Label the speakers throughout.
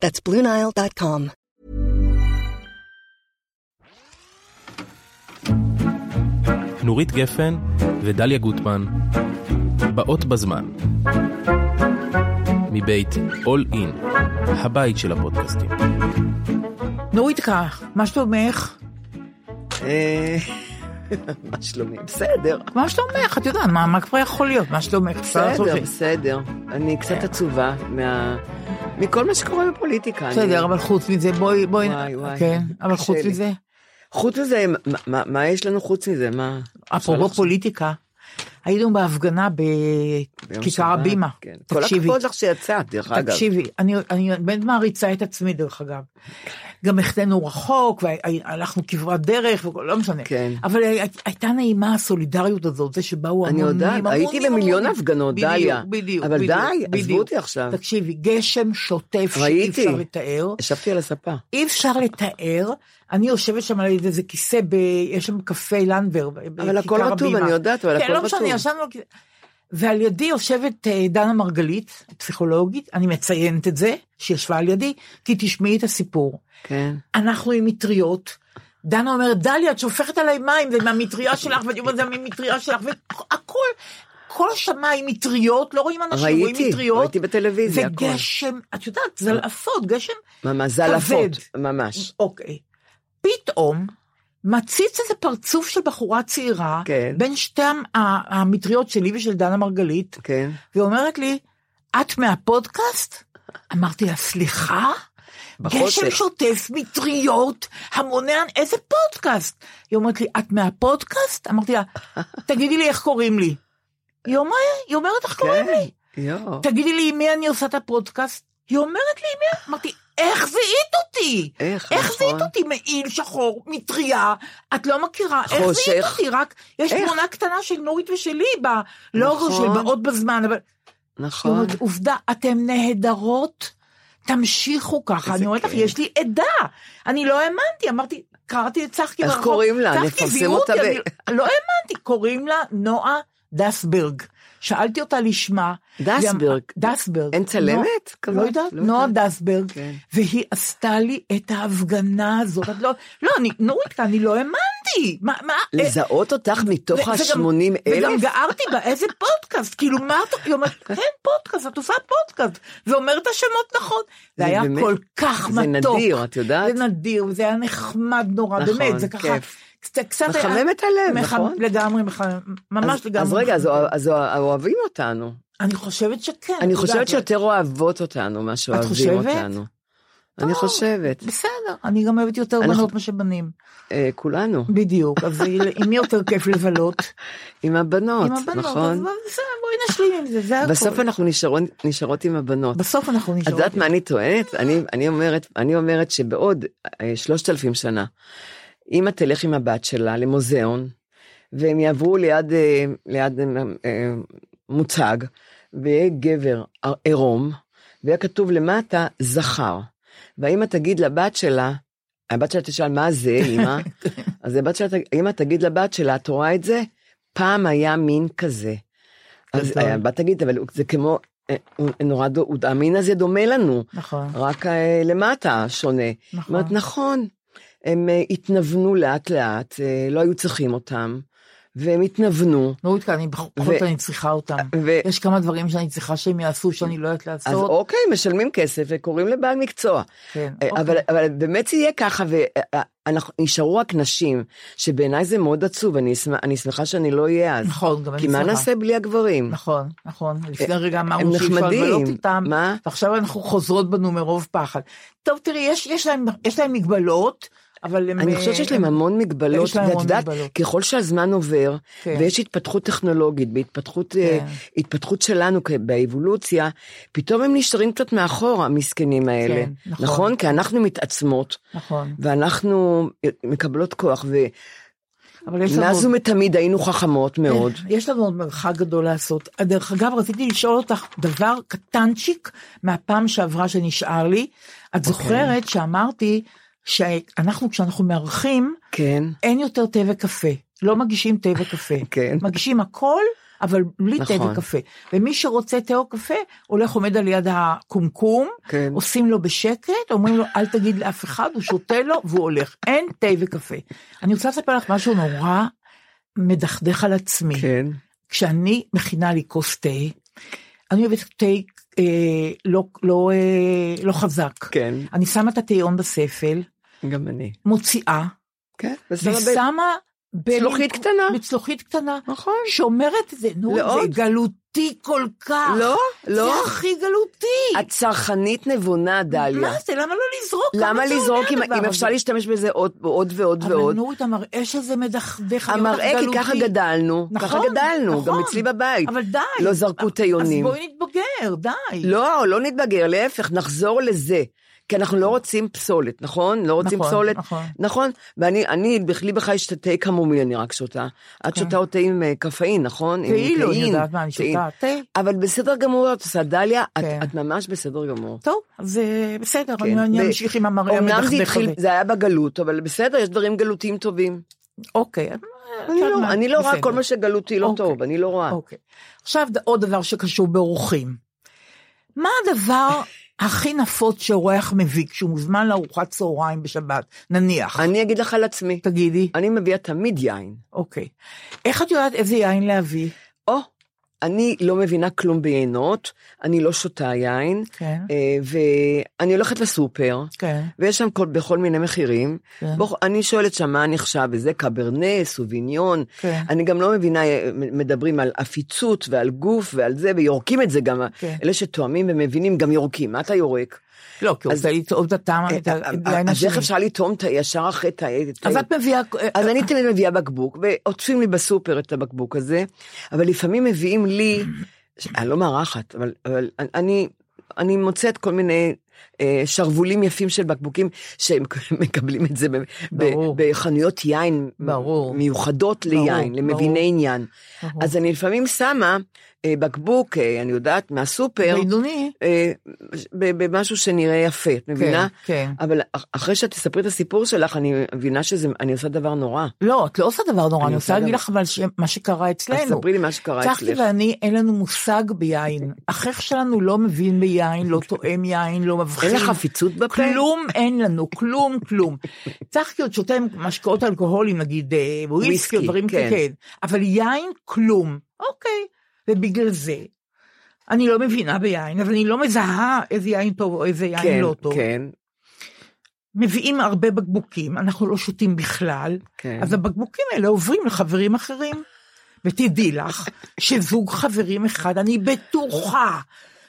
Speaker 1: That's BlueNile.com.
Speaker 2: נורית גפן ודליה גוטמן, באות בזמן. מבית All In, הבית של הפודקאסטים.
Speaker 3: נורית כך, מה שלומך?
Speaker 4: אה, מה שלומי? בסדר.
Speaker 3: מה שלומך? את יודעת, מה מה כבר יכול להיות? מה שלומך? כבר
Speaker 4: בסדר,
Speaker 3: טובים.
Speaker 4: בסדר. אני קצת עצובה מה... מכל מה שקורה בפוליטיקה.
Speaker 3: בסדר,
Speaker 4: אני...
Speaker 3: אבל חוץ מזה, בואי, בואי,
Speaker 4: וואי, וואי,
Speaker 3: כן, אבל
Speaker 4: קשה
Speaker 3: חוץ
Speaker 4: לי.
Speaker 3: מזה,
Speaker 4: חוץ מזה, מה- מה- מה יש לנו חוץ מזה? מה...
Speaker 3: אפרופו פוליטיקה, היינו בהפגנה
Speaker 4: ביום
Speaker 3: בכיכר
Speaker 4: שבת,
Speaker 3: הבימה.
Speaker 4: כן. כל
Speaker 3: תקשיבי,
Speaker 4: הכבוד לך שיצאת, דרך אגב.
Speaker 3: תקשיבי, אני, אני באמת מעריצה את עצמי דרך אגב. גם החטאנו רחוק, והלכנו כברת דרך, וכל- לא משנה.
Speaker 4: כן.
Speaker 3: אבל הי- הייתה נעימה הסולידריות הזאת, זה שבאו
Speaker 4: אני
Speaker 3: המונים,
Speaker 4: יודעת,
Speaker 3: המונים,
Speaker 4: הייתי
Speaker 3: המונים.
Speaker 4: במיליון הפגנות,
Speaker 3: בדיוק,
Speaker 4: דליה.
Speaker 3: בדיוק,
Speaker 4: אבל
Speaker 3: בדיוק,
Speaker 4: די, עזבו
Speaker 3: בדיוק.
Speaker 4: אותי עכשיו.
Speaker 3: תקשיבי, גשם שוטף שאי
Speaker 4: ראיתי.
Speaker 3: אפשר לתאר.
Speaker 4: ישבתי על הספה.
Speaker 3: אי אפשר לתאר, אני יושבת שם על איזה כיסא, ב... יש שם קפה לנדבר, ב-
Speaker 4: אבל הכל
Speaker 3: בכיכר
Speaker 4: רטוב,
Speaker 3: הבימה.
Speaker 4: אני יודעת, אבל
Speaker 3: כן,
Speaker 4: הכל
Speaker 3: לא משנה,
Speaker 4: רטוב.
Speaker 3: ישבנו על כיסא. ועל ידי יושבת אה, דנה מרגלית, פסיכולוגית, אני מציינת את זה, שישבה על ידי, כי תשמעי את הסיפור.
Speaker 4: כן.
Speaker 3: אנחנו עם מטריות, דנה אומרת, דליה, את שופכת עליי מים, זה מהמטריה שלך, ואני אומרת, זה מהמטריה שלך, והכל, כל השמיים מטריות, לא רואים אנשים, רואים
Speaker 4: ראיתי,
Speaker 3: מטריות.
Speaker 4: ראיתי בטלוויזיה הכל.
Speaker 3: וגשם, את יודעת, זלעפות, גשם
Speaker 4: ממש, זה אלפות,
Speaker 3: כבד.
Speaker 4: ממש.
Speaker 3: אוקיי. פתאום מציץ איזה פרצוף של בחורה צעירה,
Speaker 4: כן.
Speaker 3: בין שתי המ- ה- המטריות שלי ושל דנה מרגלית,
Speaker 4: כן.
Speaker 3: ואומרת לי, את מהפודקאסט? אמרתי לה, סליחה?
Speaker 4: בחושך.
Speaker 3: גשם שוטף, מטריות, המוני, איזה פודקאסט? היא אומרת לי, את מהפודקאסט? אמרתי לה, תגידי לי איך קוראים לי. היא אומרת, היא אומרת איך קוראים
Speaker 4: כן.
Speaker 3: לי.
Speaker 4: יואו.
Speaker 3: תגידי לי, עם מי אני עושה את הפודקאסט? היא אומרת לי, עם מי? אמרתי, איך זיהית אותי?
Speaker 4: איך,
Speaker 3: איך
Speaker 4: נכון.
Speaker 3: זיהית אותי? מעיל שחור, מטריה, את לא מכירה, איך זיהית
Speaker 4: חושך.
Speaker 3: אותי? רק, יש
Speaker 4: איך?
Speaker 3: תמונה קטנה של נורית ושלי בלוגו
Speaker 4: נכון.
Speaker 3: של באות בזמן, אבל... היא
Speaker 4: נכון.
Speaker 3: אומרת, עובדה, אתן נהדרות, תמשיכו ככה.
Speaker 4: איזה
Speaker 3: אני אומרת לך,
Speaker 4: כיף.
Speaker 3: יש לי עדה. אני לא האמנתי, אמרתי, קראתי את צחקי
Speaker 4: איך קוראים לה?
Speaker 3: צחקי,
Speaker 4: נפרסם
Speaker 3: זיהו
Speaker 4: אותה
Speaker 3: אותי,
Speaker 4: ב-
Speaker 3: אני לא האמנתי, קוראים לה נועה דסברג. שאלתי אותה לשמה. והיא אמרה-
Speaker 4: דסברג.
Speaker 3: דסברג.
Speaker 4: אין צלמת?
Speaker 3: לא,
Speaker 4: כזאת?
Speaker 3: לא יודעת,
Speaker 4: לא
Speaker 3: נועה
Speaker 4: יודעת.
Speaker 3: דסברג.
Speaker 4: כן.
Speaker 3: והיא עשתה לי את ההפגנה הזאת. את לא, לא, אני, נורית, אני לא האמנתי. מה, מה, אה,
Speaker 4: לזהות אותך מתוך
Speaker 3: ו- וגם-
Speaker 4: ה-80
Speaker 3: וגם
Speaker 4: אלף?
Speaker 3: גערתי בה, איזה פודקאסט, כאילו מה את, היא אומרת, כן פודקאסט, את עושה פודקאסט, ואומרת את השמות נכון. זה
Speaker 4: זה
Speaker 3: היה
Speaker 4: באמת-
Speaker 3: כל כך
Speaker 4: זה
Speaker 3: מתוק.
Speaker 4: נדיר, את יודעת?
Speaker 3: זה נדיר, זה היה נחמד נורא,
Speaker 4: נכון,
Speaker 3: באמת, זה ככה.
Speaker 4: כיף.
Speaker 3: קצת- קצת היה-
Speaker 4: מחמם את הלב,
Speaker 3: מח-
Speaker 4: נכון?
Speaker 3: לגמרי, מחמם, ממש
Speaker 4: אז-
Speaker 3: לגמרי.
Speaker 4: אז רגע, אז
Speaker 3: מחמם.
Speaker 4: אוה- אז אוה- אוהבים אותנו.
Speaker 3: אני חושבת שכן. את
Speaker 4: אני
Speaker 3: יודעת,
Speaker 4: חושבת
Speaker 3: אבל-
Speaker 4: שיותר אוהבות אותנו מה שאוהבים
Speaker 3: כן, חושבת?
Speaker 4: אותנו. אני
Speaker 3: טוב.
Speaker 4: חושבת.
Speaker 3: בסדר, אני גם אוהבת יותר
Speaker 4: אנחנו-
Speaker 3: בנות מאשר בנים.
Speaker 4: אה, כולנו.
Speaker 3: בדיוק, אז עם מי יותר כיף לבלות?
Speaker 4: עם הבנות,
Speaker 3: עם הבנות, אז
Speaker 4: נכון?
Speaker 3: בוא- בסדר, בואי נשלים עם זה, זה הכול.
Speaker 4: בסוף אנחנו נשארות- נשארות עם הבנות.
Speaker 3: בסוף אנחנו
Speaker 4: את
Speaker 3: נשארות.
Speaker 4: יודעת מה אני טוענת? אני- אני אומרת- אני אומרת שבעוד אה, 3,000 שנה, אמא תלך עם הבת שלה למוזיאון, והם יעברו ליד, אה, ליד אה, אה, מוצג, אה, ויהיה גבר ער- עירום, ויהיה כתוב למטה זכר. והאימא תגיד לבת שלה, הבת שלה תשאל, מה זה, אימא? אז הבת שלה, ת- אימא תגיד לבת שלה, את רואה את זה? פעם היה מין כזה. אז
Speaker 3: גדול.
Speaker 4: הבת תגיד, אבל הוא- זה כמו, אה, הוא נורא, דו- הוא- המין הזה דומה לנו,
Speaker 3: נכון.
Speaker 4: רק אה, למטה שונה.
Speaker 3: נכון.
Speaker 4: אומרת, נכון, הם אה, התנוונו לאט לאט, אה, לא היו צריכים אותם, והם התנוונו.
Speaker 3: נורית, כי לא אני בכל זאת אני צריכה אותם.
Speaker 4: ו-
Speaker 3: יש כמה דברים שאני צריכה שהם יעשו שאני לא יודעת
Speaker 4: אז
Speaker 3: לעשות.
Speaker 4: אוקיי, משלמים כסף וקוראים לבעל מקצוע.
Speaker 3: כן,
Speaker 4: אה,
Speaker 3: אוקיי.
Speaker 4: אבל, אבל באמת זה יהיה ככה, אה, ונשארו רק נשים, שבעיניי זה מאוד עצוב, אני, אשמח, אני שמחה שאני לא אהיה אז.
Speaker 3: נכון, גם אני
Speaker 4: כי מה
Speaker 3: שמחה.
Speaker 4: נעשה בלי הגברים?
Speaker 3: נכון, נכון. לפני
Speaker 4: אה,
Speaker 3: רגע
Speaker 4: הם
Speaker 3: אמרנו שאי אפשר
Speaker 4: נחמדים.
Speaker 3: לגלות איתם,
Speaker 4: מה?
Speaker 3: ועכשיו אנחנו חוזרות בנו מרוב פחד. טוב, תראי, יש- יש להם- יש להם מגבלות, אבל הם...
Speaker 4: אני
Speaker 3: אה,
Speaker 4: חושבת שיש להם המון מגבלות,
Speaker 3: יש להם
Speaker 4: ואת
Speaker 3: המון
Speaker 4: יודעת,
Speaker 3: מגבלות.
Speaker 4: ככל שהזמן עובר,
Speaker 3: כן.
Speaker 4: ויש התפתחות טכנולוגית, בהתפתחות אה,
Speaker 3: כן.
Speaker 4: התפתחות שלנו כ- באבולוציה, פתאום הם נשארים קצת מאחור, המסכנים האלה.
Speaker 3: כן, נכון.
Speaker 4: נכון? כי אנחנו מתעצמות,
Speaker 3: נכון.
Speaker 4: ואנחנו אה, מקבלות כוח,
Speaker 3: אבל יש לנו... עוד-
Speaker 4: ומאז ומתמיד היינו חכמות מאוד.
Speaker 3: כן, יש לנו עוד מרחק גדול לעשות. אה, דרך אגב, רציתי לשאול אותך דבר קטנצ'יק מהפעם שעברה שנשאר לי. את
Speaker 4: אוקיי.
Speaker 3: זוכרת שאמרתי שאנחנו, כשאנחנו מארחים,
Speaker 4: כן.
Speaker 3: אין יותר תה וקפה. לא מגישים תה וקפה.
Speaker 4: כן.
Speaker 3: מגישים הכל, אבל בלי תה
Speaker 4: נכון.
Speaker 3: וקפה. ומי שרוצה תה או קפה, הולך עומד על יד הקומקום,
Speaker 4: כן.
Speaker 3: עושים לו בשקט, אומרים לו אל תגיד לאף אחד, הוא שותה לו והוא הולך. אין תה וקפה. אני רוצה לספר לך משהו נורא מדכדך על עצמי.
Speaker 4: כן.
Speaker 3: כשאני מכינה לי כוס תה, אני אוהבת תה אה, לא, לא, אה, לא חזק.
Speaker 4: כן.
Speaker 3: אני שמה את התהיון בספל,
Speaker 4: גם אני.
Speaker 3: מוציאה,
Speaker 4: כן.
Speaker 3: ושמה... ב-
Speaker 4: שלוחית קטנה.
Speaker 3: בצלוחית קטנה.
Speaker 4: נכון.
Speaker 3: שאומרת את זה, נו,
Speaker 4: לעוד.
Speaker 3: זה גלותי כל כך.
Speaker 4: לא, לא.
Speaker 3: זה הכי גלותי.
Speaker 4: את צרכנית נבונה, דליה.
Speaker 3: מה זה, למה לא לזרוק?
Speaker 4: למה
Speaker 3: כמה זה
Speaker 4: לזרוק
Speaker 3: עולה
Speaker 4: אם-
Speaker 3: הדבר
Speaker 4: אם
Speaker 3: הזה?
Speaker 4: אפשר להשתמש בזה עוד עוד ועוד
Speaker 3: אבל
Speaker 4: ועוד?
Speaker 3: נורית, המראה שזה מדכדך, אני אומרת לך,
Speaker 4: המראה, כי
Speaker 3: גלותי.
Speaker 4: ככה גדלנו. ככה
Speaker 3: נכון,
Speaker 4: גדלנו, גם
Speaker 3: נכון.
Speaker 4: אצלי בבית.
Speaker 3: אבל די.
Speaker 4: לא זרקו טיונים.
Speaker 3: אז בואי נתבגר, די.
Speaker 4: לא, לא נתבגר, להפך, נחזור לזה. כי אנחנו לא רוצים פסולת, נכון? לא רוצים
Speaker 3: נכון,
Speaker 4: פסולת.
Speaker 3: נכון.
Speaker 4: נכון. ואני, אני, בכלי בכלל יש את התה כמומי, אני רק שותה. את שותה אותה עם אה, קפאין, נכון? עם
Speaker 3: כאילו, אני
Speaker 4: תאין,
Speaker 3: כן. יודעת מה אני אה,
Speaker 4: תאין.
Speaker 3: שותה, תה.
Speaker 4: אבל בסדר גמור, את עושה דליה, את-
Speaker 3: כן.
Speaker 4: את ממש בסדר גמור.
Speaker 3: טוב, אז אה, בסדר,
Speaker 4: כן.
Speaker 3: אני- אני
Speaker 4: ו-
Speaker 3: אמשיך עם המראה
Speaker 4: אומנם זה
Speaker 3: המדכדך
Speaker 4: התחיל,
Speaker 3: הזה.
Speaker 4: זה היה בגלות, אבל בסדר, יש דברים גלותיים טובים.
Speaker 3: אוקיי. אז-
Speaker 4: אני
Speaker 3: את
Speaker 4: לא-
Speaker 3: יודעת מה,
Speaker 4: אני לא רואה
Speaker 3: בסדר.
Speaker 4: כל מה שגלותי לא
Speaker 3: אוקיי.
Speaker 4: טוב, אני לא רואה.
Speaker 3: אוקיי. עכשיו ד- עוד דבר שקשור באורחים. מה הדבר הכי נפוץ שאורח מביא כשהוא מוזמן לארוחת צהריים בשבת? נניח.
Speaker 4: אני אגיד לך על עצמי,
Speaker 3: תגידי.
Speaker 4: אני מביאה תמיד יין.
Speaker 3: אוקיי. איך את יודעת איזה יין להביא?
Speaker 4: או, אני לא מבינה כלום ביינות, אני לא שותה יין,
Speaker 3: כן.
Speaker 4: אה, ואני הולכת לסופר,
Speaker 3: כן.
Speaker 4: ויש שם כל, בכל מיני מחירים.
Speaker 3: כן.
Speaker 4: בוא, אני שואלת שם מה נחשב, וזה קברנה, סוביניון.
Speaker 3: כן.
Speaker 4: אני גם לא מבינה, אה, מדברים על עפיצות ועל גוף ועל זה, ויורקים את זה גם.
Speaker 3: כן.
Speaker 4: אלה שתואמים ומבינים גם יורקים. מה אתה יורק?
Speaker 3: לא, כי הוא
Speaker 4: אז-
Speaker 3: רוצה לטעום את הטעם,
Speaker 4: אה,
Speaker 3: את ה- את
Speaker 4: אה,
Speaker 3: היין
Speaker 4: אז איך
Speaker 3: השני.
Speaker 4: אפשר לטעום את ה- ישר אחרי את ה... את ה-
Speaker 3: אז את מביאה... אה,
Speaker 4: אז אני תמיד מביאה בקבוק, ועוטפים לי בסופר את הבקבוק הזה, אבל לפעמים מביאים לי, ש- אני לא מארחת, אבל, אבל אני, אני מוצאת כל מיני אה, שרוולים יפים של בקבוקים, שהם מקבלים את זה ב, ב,
Speaker 3: ברור.
Speaker 4: בחנויות יין
Speaker 3: ברור.
Speaker 4: מיוחדות ליין,
Speaker 3: ברור,
Speaker 4: למביני
Speaker 3: ברור.
Speaker 4: עניין. אז אני לפעמים שמה אה, בקבוק, אה, אני יודעת, מהסופר,
Speaker 3: בעידוני.
Speaker 4: אה, ב- במשהו שנראה יפה, את מבינה?
Speaker 3: כן.
Speaker 4: אבל אח- אחרי שאת תספרי את הסיפור שלך, אני מבינה שזה, אני עושה דבר נורא.
Speaker 3: לא, את לא עושה דבר נורא,
Speaker 4: אני
Speaker 3: אני
Speaker 4: עושה
Speaker 3: רוצה להגיד
Speaker 4: דבר-
Speaker 3: לך אבל ש- מה שקרה אצלנו.
Speaker 4: אז ספרי לי מה שקרה
Speaker 3: צחי
Speaker 4: אצלך.
Speaker 3: כן. ואני, אין לנו מושג ביין. החייך שלנו לא מבין ביין, לא תואם יין, לא מבחין.
Speaker 4: אוקיי. אין לך עפיצות בפה?
Speaker 3: כלום אין לנו, כלום, כלום. צחי עוד שותה עם משקאות אלכוהולים, נגיד אה,
Speaker 4: וויסקי,
Speaker 3: וויסקי או דברים
Speaker 4: כן.
Speaker 3: כאלה, כן. אבל יין, כלום. אוקיי. ובגלל זה, אני לא מבינה ביין, אבל אני לא מזהה איזה יין טוב או איזה יין
Speaker 4: כן,
Speaker 3: לא טוב.
Speaker 4: כן,
Speaker 3: מביאים הרבה בקבוקים, אנחנו לא שותים בכלל,
Speaker 4: כן.
Speaker 3: אז הבקבוקים האלה עוברים לחברים אחרים. ותדעי לך שזוג חברים אחד, אני בטוחה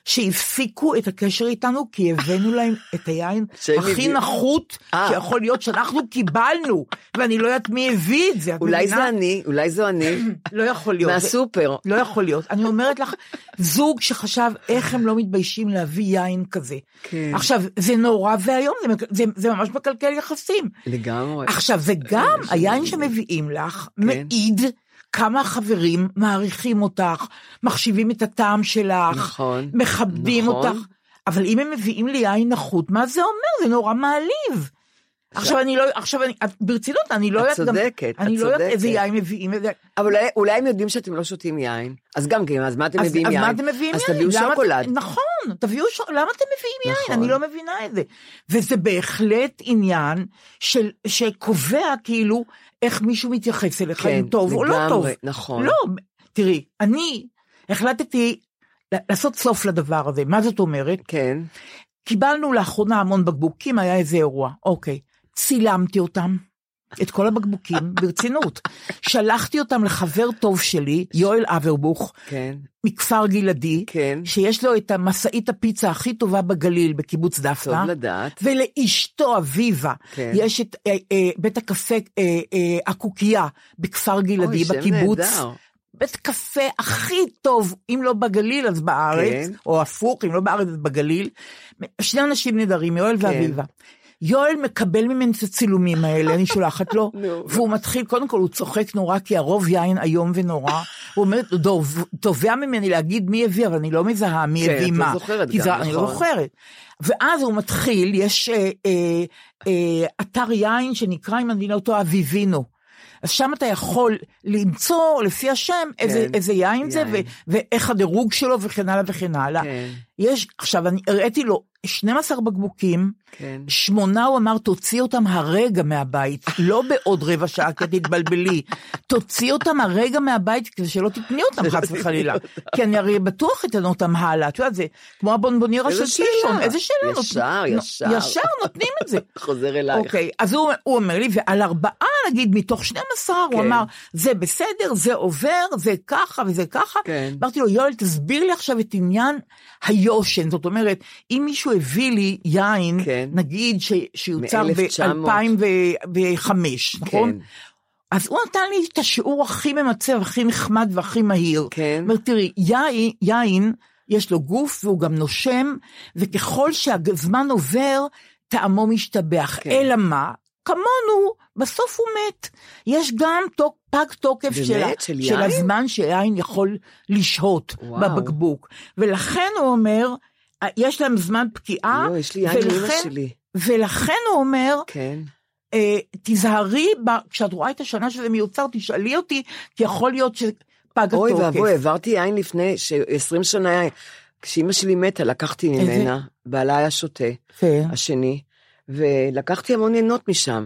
Speaker 3: שהפסיקו את הקשר איתנו כי הבאנו להם את היין
Speaker 4: שהם
Speaker 3: הכי
Speaker 4: הביאו.
Speaker 3: נחות
Speaker 4: אה.
Speaker 3: שיכול להיות שאנחנו קיבלנו, ואני לא יודעת מי הביא את זה. את
Speaker 4: אולי
Speaker 3: מבינה?
Speaker 4: זה אני, אולי זו אני,
Speaker 3: לא יכול להיות.
Speaker 4: מהסופר.
Speaker 3: לא יכול להיות. אני אומרת לך, זוג שחשב איך הם לא מתביישים להביא יין כזה.
Speaker 4: כן.
Speaker 3: עכשיו, זה נורא ואיום, זה, מק- זה, זה ממש מקלקל יחסים.
Speaker 4: לגמרי.
Speaker 3: עכשיו, וגם היין שמביאים לך
Speaker 4: כן.
Speaker 3: מעיד כמה החברים מעריכים אותך, מחשיבים את הטעם שלך,
Speaker 4: נכון,
Speaker 3: מכבדים
Speaker 4: נכון.
Speaker 3: אותך. אבל אם הם מביאים לי יין נחות, מה זה אומר? זה נורא מעליב. עכשיו אני לא, עכשיו אני, את- ברצינות, אני לא
Speaker 4: את
Speaker 3: יודעת גם,
Speaker 4: צודקת, את
Speaker 3: אני לא יודעת איזה
Speaker 4: צודקת.
Speaker 3: יין מביאים, איזה-
Speaker 4: אבל אולי, אולי הם יודעים שאתם לא שותים יין, אז גם כן, אז מה אתם
Speaker 3: אז,
Speaker 4: מביאים
Speaker 3: אז
Speaker 4: יין?
Speaker 3: מה אתם מביאים
Speaker 4: אז
Speaker 3: יין?
Speaker 4: תביאו
Speaker 3: למה אתם-
Speaker 4: שוקולד.
Speaker 3: נכון, תביאו שוקולד, למה אתם מביאים
Speaker 4: נכון.
Speaker 3: יין? אני לא מבינה את זה. וזה בהחלט עניין של, שקובע כאילו איך מישהו מתייחס אליך,
Speaker 4: כן,
Speaker 3: אם טוב או לא
Speaker 4: לגמרי,
Speaker 3: טוב.
Speaker 4: נכון.
Speaker 3: לא, תראי, אני החלטתי ל- לעשות סוף לדבר הזה, מה זאת אומרת?
Speaker 4: כן,
Speaker 3: קיבלנו לאחרונה המון בקבוקים, היה איזה אירוע, אוקיי. צילמתי אותם, את כל הבקבוקים, ברצינות. שלחתי אותם לחבר טוב שלי, יואל אברבוך,
Speaker 4: כן,
Speaker 3: מכפר גלעדי,
Speaker 4: כן.
Speaker 3: שיש לו את המשאית הפיצה הכי טובה בגליל, בקיבוץ
Speaker 4: טוב
Speaker 3: דפנה.
Speaker 4: לדעת.
Speaker 3: ולאשתו אביבה
Speaker 4: כן.
Speaker 3: יש את אה, אה, בית הקפה אה, אה, הקוקייה בכפר גלעדי
Speaker 4: אוי, שם
Speaker 3: בקיבוץ,
Speaker 4: נהדר.
Speaker 3: בית קפה הכי טוב אם לא בגליל אז בארץ,
Speaker 4: כן.
Speaker 3: או הפוך אם לא בארץ אז בגליל, שני אנשים נהדרים יואל
Speaker 4: כן.
Speaker 3: ואביבה. יואל מקבל ממני את הצילומים האלה, אני שולחת לו,
Speaker 4: נו.
Speaker 3: והוא מתחיל, קודם כל הוא צוחק נורא, כי הרוב יין איום ונורא. הוא אומר, "דוב- תובע ממני להגיד מי הביא, אבל אני לא מזהה מי
Speaker 4: כן,
Speaker 3: הביא
Speaker 4: את לא
Speaker 3: מה.
Speaker 4: זוכרת
Speaker 3: כי
Speaker 4: גם,
Speaker 3: זה- אני לא
Speaker 4: נכון.
Speaker 3: זוכרת. ואז הוא מתחיל, יש אה, אה, אה, אתר יין שנקרא, אם אני לא טועה, אביבינו. אז שם אתה יכול למצוא לפי השם איזה,
Speaker 4: כן,
Speaker 3: איזה יין זה
Speaker 4: יין.
Speaker 3: ו- ואיך הדירוג שלו וכן הלאה וכן הלאה.
Speaker 4: כן,
Speaker 3: יש, עכשיו אני הראיתי לו 12 בקבוקים,
Speaker 4: כן.
Speaker 3: שמונה הוא אמר תוציא אותם הרגע מהבית, לא בעוד רבע שעה כי תתבלבלי, תוציא אותם הרגע מהבית כדי שלא תקני אותם חס וחלילה, כי אני הרי בטוח אתן אותם הלאה, את יודעת זה כמו הבונבוניירה של
Speaker 4: איזה שאלה?
Speaker 3: קישון, איזה שאלה,
Speaker 4: ישר,
Speaker 3: נותנים-
Speaker 4: ישר.
Speaker 3: ישר נותנים את זה.
Speaker 4: חוזר אלייך.
Speaker 3: אוקיי, אז הוא, הוא אומר לי, ועל ארבעה נגיד מתוך 12, הוא
Speaker 4: כן.
Speaker 3: אמר, זה בסדר, זה עובר, זה ככה וזה ככה.
Speaker 4: כן.
Speaker 3: אמרתי לו, יואל, תסביר לי עכשיו את עניין היושן. זאת אומרת, אם מישהו הביא לי יין,
Speaker 4: כן.
Speaker 3: נגיד ש, שיוצר
Speaker 4: מ-
Speaker 3: ב-2005, נכון?
Speaker 4: כן.
Speaker 3: אז הוא נתן לי את השיעור הכי ממצב, הכי נחמד והכי מהיר.
Speaker 4: כן.
Speaker 3: אומר, תראי, יין, יין, יש לו גוף והוא גם נושם, וככל שהזמן עובר, טעמו משתבח.
Speaker 4: כן.
Speaker 3: אלא מה? כמונו, בסוף הוא מת. יש גם תוק, פג תוקף
Speaker 4: באמת?
Speaker 3: של, ה- של
Speaker 4: של יין?
Speaker 3: הזמן שיין יכול לשהות
Speaker 4: וואו.
Speaker 3: בבקבוק. ולכן הוא אומר, יש להם זמן פקיעה,
Speaker 4: לא, יש לי יין לאמא
Speaker 3: אה? ולכן-
Speaker 4: שלי.
Speaker 3: ולכן הוא אומר,
Speaker 4: כן.
Speaker 3: אה, תיזהרי, ב- כשאת רואה את השנה שזה מיוצר, תשאלי אותי, כי יכול להיות שפג התוקף.
Speaker 4: אוי ואבוי, העברתי יין לפני ש- 20 שנה, כשאימא שלי מתה, לקחתי
Speaker 3: איזה?
Speaker 4: ממנה, בעלה היה שותה,
Speaker 3: כן.
Speaker 4: השני, ולקחתי המון עינות משם,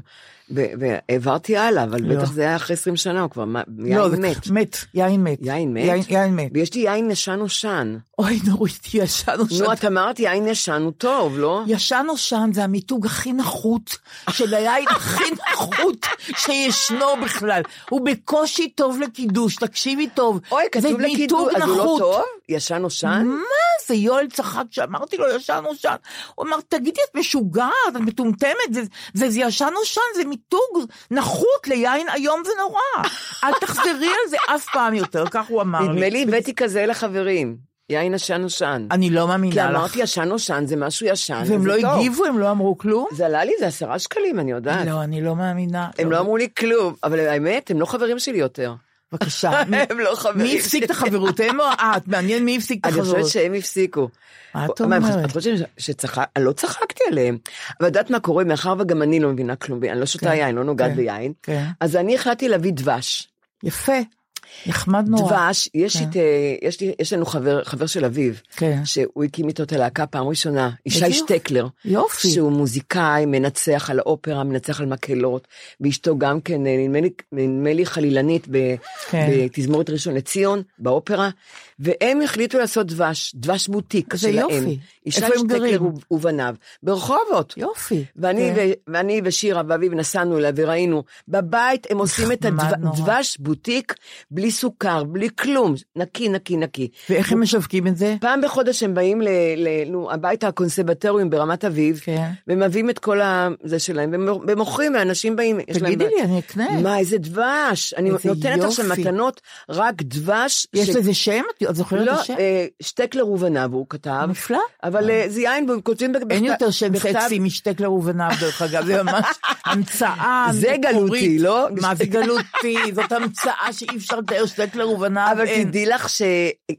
Speaker 4: ו- והעברתי הלאה, אבל
Speaker 3: לא.
Speaker 4: בטח זה היה אחרי 20 שנה, הוא כבר מה-
Speaker 3: לא,
Speaker 4: יין
Speaker 3: זה-
Speaker 4: מת.
Speaker 3: מת, יין מת.
Speaker 4: יין מת?
Speaker 3: יין מת.
Speaker 4: ויש לי יין ישן נושן.
Speaker 3: אוי, נורית, ישן נושן.
Speaker 4: נו, את אמרת יין ישן הוא טוב, לא?
Speaker 3: ישן נושן זה המיתוג הכי נחות של היין הכי נחות שישנו בכלל. הוא בקושי טוב לקידוש, תקשיבי טוב.
Speaker 4: אוי, כתוב
Speaker 3: זה מיתוג
Speaker 4: לקידוד, אז הוא לא
Speaker 3: נחות.
Speaker 4: טוב? ישן נושן?
Speaker 3: מה זה, יואל צחק כשאמרתי לו ישן נושן. הוא אמר, תגידי, את משוגעת, את מטומטמת, זה, זה, זה ישן נושן, זה מיתוג נחות ליין איום ונורא. אל תחזרי על זה אף פעם יותר, כך הוא אמר לי.
Speaker 4: נדמה לי הבאתי כזה לחברים, יין ישן נושן.
Speaker 3: אני לא
Speaker 4: כי
Speaker 3: מאמינה לך.
Speaker 4: אמרתי ישן נושן, זה משהו ישן, אז
Speaker 3: והם
Speaker 4: זה
Speaker 3: לא
Speaker 4: טוב.
Speaker 3: הגיבו, הם לא אמרו כלום?
Speaker 4: זה עלה לי, זה עשרה שקלים, אני יודעת.
Speaker 3: לא, אני לא מאמינה.
Speaker 4: הם לא אמרו לי כלום, אבל האמת, הם לא חברים שלי יותר.
Speaker 3: בבקשה. מי-
Speaker 4: הם לא חברים.
Speaker 3: מי הפסיק את החברות? הם או את? מעניין מי הפסיק את
Speaker 4: אני
Speaker 3: החברות.
Speaker 4: חושבת שהם הפסיקו.
Speaker 3: מה את
Speaker 4: מה,
Speaker 3: אומרת?
Speaker 4: את חושבת ש- שצחק, אני לא צחקתי עליהם. אבל את יודעת מה קורה? מאחר וגם אני לא מבינה כלום, אני לא שותה
Speaker 3: כן,
Speaker 4: יין, לא נוגעת
Speaker 3: כן,
Speaker 4: ביין.
Speaker 3: כן.
Speaker 4: אז אני החלטתי להביא דבש.
Speaker 3: יפה. נחמד נורא.
Speaker 4: דבש, יש
Speaker 3: כן.
Speaker 4: את, אה, יש לי- יש לנו חבר, חבר של אביו,
Speaker 3: כן.
Speaker 4: שהוא הקים איתו את הלהקה פעם ראשונה, ישי
Speaker 3: בדיוק.
Speaker 4: שטקלר.
Speaker 3: יופי.
Speaker 4: שהוא מוזיקאי, מנצח על האופרה, מנצח על מקהלות, ואשתו גם כן, אה, נדמה לי, נדמה לי חלילנית ב-
Speaker 3: כן.
Speaker 4: בתזמורת ראשון לציון, באופרה, והם החליטו לעשות דבש, דש בוטיק
Speaker 3: זה
Speaker 4: שלהם.
Speaker 3: יופי.
Speaker 4: ישי
Speaker 3: איפה הם גרים?
Speaker 4: שטקלר ו- ובניו, ברחובות.
Speaker 3: יופי.
Speaker 4: ואני,
Speaker 3: כן.
Speaker 4: ו- ואני ושירה ואביב נסענו אליה וראינו, בבית הם עושים את
Speaker 3: נחמד נורא.
Speaker 4: הדבש בוטיק בלי סוכר, בלי כלום, נקי, נקי, נקי.
Speaker 3: ואיך הם משווקים את זה?
Speaker 4: פעם בחודש הם באים ל... ל נו, הביתה הקונסרבטוריום ברמת אביב,
Speaker 3: כן.
Speaker 4: ומביאים את כל ה- זה שלהם, ומ- ומוכרים, ואנשים באים, יש להם...
Speaker 3: תגידי לי, אני אקנה.
Speaker 4: מה, איזה דבש! אני
Speaker 3: איזה
Speaker 4: נותנת עכשיו
Speaker 3: יופי.
Speaker 4: מתנות רק דבש.
Speaker 3: יש
Speaker 4: ש-
Speaker 3: לזה שם? את- את זוכרת
Speaker 4: לא,
Speaker 3: את השם?
Speaker 4: אה, שטקלר ובניו הוא כתב.
Speaker 3: נפלא.
Speaker 4: אבל אה, זה יין, והם כותבים בכ- בכתב...
Speaker 3: אין יותר שם
Speaker 4: בכתב-
Speaker 3: סקסי משטקלר ובניו, דרך אגב, זה ממש המצאה
Speaker 4: זה גלותי, לא?
Speaker 3: מה זה גלותי? זאת המצאה שאי אפשר לתאר שטק לרובנה.
Speaker 4: אבל תדעי לך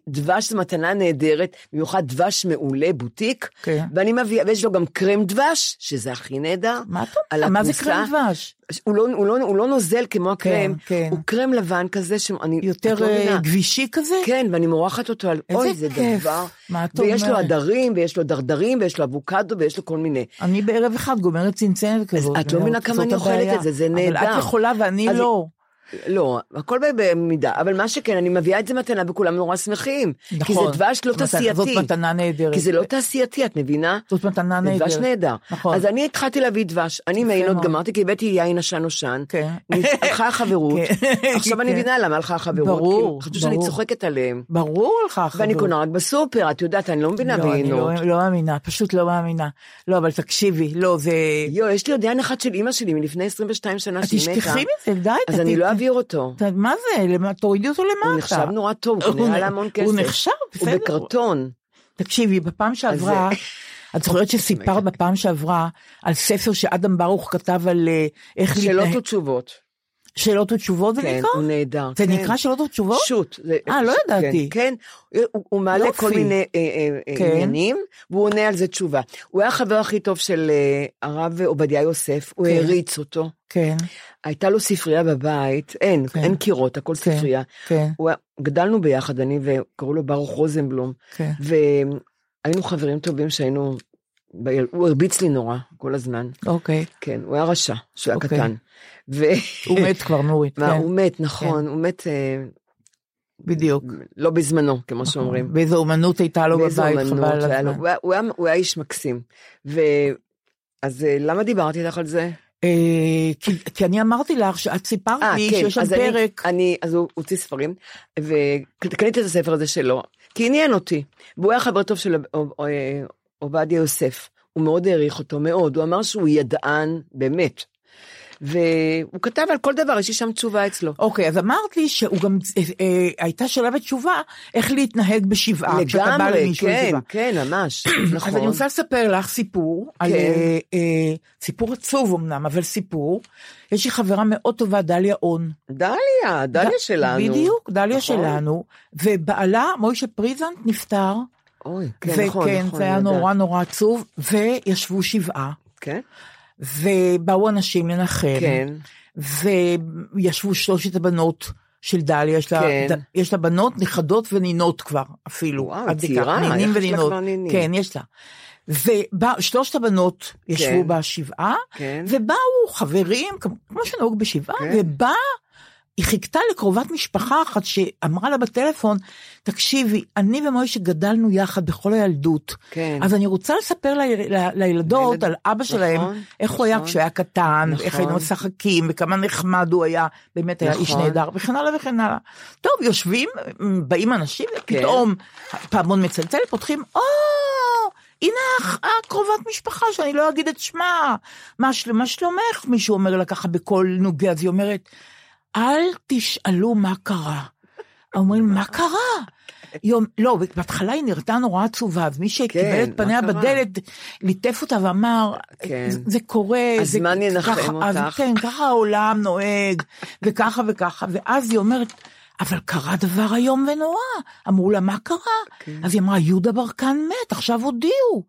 Speaker 4: שדבש זו מתנה נהדרת, במיוחד דבש מעולה, בוטיק,
Speaker 3: כן.
Speaker 4: ואני מביאה, ויש לו גם קרם דבש, שזה הכי נהדר.
Speaker 3: מה אתה
Speaker 4: על
Speaker 3: אומר? מה זה
Speaker 4: הכורסה.
Speaker 3: קרם דבש?
Speaker 4: הוא לא, הוא, לא, הוא לא נוזל כמו הקרם,
Speaker 3: כן.
Speaker 4: הוא קרם לבן כזה שאני... את
Speaker 3: יותר
Speaker 4: לא
Speaker 3: אה,
Speaker 4: מבינה.
Speaker 3: גבישי כזה?
Speaker 4: כן, ואני מורחת אותו על
Speaker 3: איזה
Speaker 4: אוי, זה
Speaker 3: כיף.
Speaker 4: דבר.
Speaker 3: מה את
Speaker 4: ויש לו
Speaker 3: אומרת?
Speaker 4: הדרים, ויש לו דרדרים, ויש לו אבוקדו, ויש לו כל מיני.
Speaker 3: אני בערב אחד גומרת צנצנת כזאת.
Speaker 4: את לא מבינה
Speaker 3: זאת
Speaker 4: כמה אני אוכלת
Speaker 3: הבעיה.
Speaker 4: את זה, זה
Speaker 3: אבל
Speaker 4: נהדר.
Speaker 3: את יכולה ואני
Speaker 4: אז-
Speaker 3: לא.
Speaker 4: לא, הכל ב- במידה, אבל מה שכן, אני מביאה את זה מתנה וכולם נורא שמחים.
Speaker 3: נכון.
Speaker 4: כי זה דבש לא
Speaker 3: מתנה-
Speaker 4: תעשייתי.
Speaker 3: זאת מתנה נהדרת.
Speaker 4: כי זה לא תעשייתי, את מבינה?
Speaker 3: זאת מתנה
Speaker 4: זה
Speaker 3: נהדרת.
Speaker 4: דבש נהדר.
Speaker 3: נכון.
Speaker 4: אז אני התחלתי להביא דבש, אני מעיינות
Speaker 3: מאוד.
Speaker 4: גמרתי, כי הבאתי יין עשן נושן.
Speaker 3: כן.
Speaker 4: הלכה החברות.
Speaker 3: כן.
Speaker 4: עכשיו אני
Speaker 3: כן.
Speaker 4: מבינה למה הלכה החברות.
Speaker 3: ברור,
Speaker 4: כי חשבו שאני
Speaker 3: ברור.
Speaker 4: צוחקת עליהם.
Speaker 3: ברור לך.
Speaker 4: ואני
Speaker 3: חברות.
Speaker 4: קונה רק בסופר, את יודעת, אני לא מבינה
Speaker 3: לא, אני
Speaker 4: בעיינות.
Speaker 3: לא, לא מאמינה, פשוט לא מאמינה. לא, אבל תקשיבי, לא, זה...
Speaker 4: יו, יש לי עוד יין אחד של אימא שלי מלפני 22 שנה
Speaker 3: את
Speaker 4: שהיא מתה.
Speaker 3: תשכחי מזה, די.
Speaker 4: אז
Speaker 3: ת-
Speaker 4: אני לא
Speaker 3: ת-
Speaker 4: אעביר אותו.
Speaker 3: ת- מה זה? למה- תורידי אותו למטה.
Speaker 4: הוא נחשב נורא טוב, הוא
Speaker 3: הוא
Speaker 4: נראה
Speaker 3: נ-
Speaker 4: לה המון
Speaker 3: הוא
Speaker 4: כסף.
Speaker 3: נחשב, בסדר.
Speaker 4: הוא בקרטון.
Speaker 3: תקשיבי, בפעם שעברה, את זוכרת שסיפרת בפעם שעברה על ספר שאדם ברוך כתב על אה, איך
Speaker 4: שאלות
Speaker 3: להתנהג-
Speaker 4: ותשובות.
Speaker 3: שאלות ותשובות זה
Speaker 4: כן,
Speaker 3: נקרא?
Speaker 4: הוא נהדר.
Speaker 3: זה
Speaker 4: כן.
Speaker 3: נקרא שאלות ותשובות?
Speaker 4: שוט. זה-
Speaker 3: אה, לא
Speaker 4: כן,
Speaker 3: ידעתי.
Speaker 4: כן, הוא- הוא מעלה
Speaker 3: יופי.
Speaker 4: כל מיני אה, אה, אה,
Speaker 3: כן.
Speaker 4: עניינים, והוא עונה על זה תשובה. הוא היה החבר הכי טוב של אה, הרב עובדיה יוסף, הוא
Speaker 3: כן.
Speaker 4: העריץ אותו.
Speaker 3: כן,
Speaker 4: הייתה לו ספרייה בבית, אין,
Speaker 3: כן.
Speaker 4: אין קירות, הכל
Speaker 3: כן.
Speaker 4: ספרייה.
Speaker 3: כן,
Speaker 4: הוא היה- גדלנו ביחד, אני וקראו לו ברוך רוזנבלום,
Speaker 3: כן.
Speaker 4: והיינו חברים טובים שהיינו, בילד- הוא הרביץ לי נורא כל הזמן,
Speaker 3: אוקיי.
Speaker 4: כן, הוא היה רשע, כשהוא היה
Speaker 3: אוקיי.
Speaker 4: קטן. ו...
Speaker 3: הוא מת כבר, נורית.
Speaker 4: מה,
Speaker 3: כן,
Speaker 4: הוא מת, נכון, הוא מת אה,
Speaker 3: בדיוק.
Speaker 4: לא בזמנו, כמו שאומרים.
Speaker 3: באיזו אומנות הייתה נכון. לו
Speaker 4: באיזו
Speaker 3: בבית,
Speaker 4: אומנות,
Speaker 3: חבל על
Speaker 4: היה לו-
Speaker 3: הזמן.
Speaker 4: הוא היה- הוא היה- הוא היה איש מקסים. ו... אז אה, למה דיברתי איתך על זה?
Speaker 3: אה, כי- כי אני אמרתי לך שאת סיפרת
Speaker 4: אה,
Speaker 3: לי
Speaker 4: כן,
Speaker 3: שיש שם
Speaker 4: אז אני-
Speaker 3: פרק.
Speaker 4: אני, אז הוא הוציא ספרים, וקניתי את הספר הזה שלו, כי עניין אותי. והוא היה חבר טוב של עוב- אה, עובדיה יוסף. הוא מאוד העריך אותו, מאוד. הוא אמר שהוא ידען, באמת. והוא כתב על כל דבר, יש לי שם תשובה אצלו.
Speaker 3: אוקיי, אז אמרת לי שהוא גם, אה, אה, הייתה שאלה ותשובה איך להתנהג בשבעה, כשאתה אה, בא
Speaker 4: לגמרי,
Speaker 3: למישהו
Speaker 4: כן,
Speaker 3: לשבעה.
Speaker 4: כן, ממש, נכון.
Speaker 3: אז אני רוצה לספר לך סיפור, על,
Speaker 4: כן.
Speaker 3: אה, אה, סיפור עצוב אמנם, אבל סיפור. יש לי חברה מאוד טובה, דליה און.
Speaker 4: דליה, דליה
Speaker 3: ד-
Speaker 4: שלנו.
Speaker 3: בדיוק, דליה
Speaker 4: נכון.
Speaker 3: שלנו, ובעלה, מוישה פריזנט, נפטר.
Speaker 4: אוי, כן,
Speaker 3: וכן,
Speaker 4: נכון, נכון.
Speaker 3: זה היה
Speaker 4: אני יודעת.
Speaker 3: נורא נורא עצוב, וישבו שבעה,
Speaker 4: כן,
Speaker 3: ובאו אנשים לנחם,
Speaker 4: כן,
Speaker 3: וישבו שלושת הבנות של דליה, יש לה,
Speaker 4: כן.
Speaker 3: ד, יש לה בנות, נכדות ונינות כבר, אפילו.
Speaker 4: וואו,
Speaker 3: עד כדי כך,
Speaker 4: צעירה,
Speaker 3: נינים
Speaker 4: איך יש לה
Speaker 3: ונינות.
Speaker 4: כבר נינים?
Speaker 3: כן, יש לה. ושלושת הבנות ישבו
Speaker 4: כן.
Speaker 3: בשבעה,
Speaker 4: כן.
Speaker 3: ובאו חברים, כמו- כמו שנהוג בשבעה,
Speaker 4: כן.
Speaker 3: ובאה, היא חיכתה לקרובת משפחה אחת שאמרה לה בטלפון, תקשיבי, אני ומוישה גדלנו יחד בכל הילדות,
Speaker 4: כן.
Speaker 3: אז אני רוצה לספר ליל, ל, לילדות
Speaker 4: לילד-
Speaker 3: על אבא שלהם,
Speaker 4: נכון,
Speaker 3: איך הוא היה
Speaker 4: נכון.
Speaker 3: כשהוא היה קטן,
Speaker 4: נכון.
Speaker 3: איך היינו משחקים, וכמה נחמד הוא היה, באמת היה איש
Speaker 4: נכון.
Speaker 3: נהדר, וכן הלאה וכן הלאה. טוב, יושבים, באים אנשים,
Speaker 4: כן.
Speaker 3: ופתאום פעמון מצלצל, פותחים, או, הנה הח- הקרובת משפחה שאני לא אגיד את שמה, מה, של, מה שלומך? מישהו אומר לה ככה בקול נוגע, אז היא אומרת, אל תשאלו מה קרה. אומרים, מה קרה? יום, לא, בהתחלה היא נראתה נורא עצובה, אז מי שקיבל
Speaker 4: כן,
Speaker 3: את פניה
Speaker 4: מה קרה?
Speaker 3: בדלת, ליטף אותה ואמר,
Speaker 4: כן.
Speaker 3: "זה- זה קורה,
Speaker 4: אז
Speaker 3: זה
Speaker 4: מה אני אנחם
Speaker 3: ככה- אז
Speaker 4: אותך?
Speaker 3: כן, ככה העולם נוהג, וככה וככה, ואז היא אומרת, אבל קרה דבר איום ונורא. אמרו לה, מה קרה?
Speaker 4: כן.
Speaker 3: אז היא אמרה, יהודה ברקן מת, עכשיו הודיעו.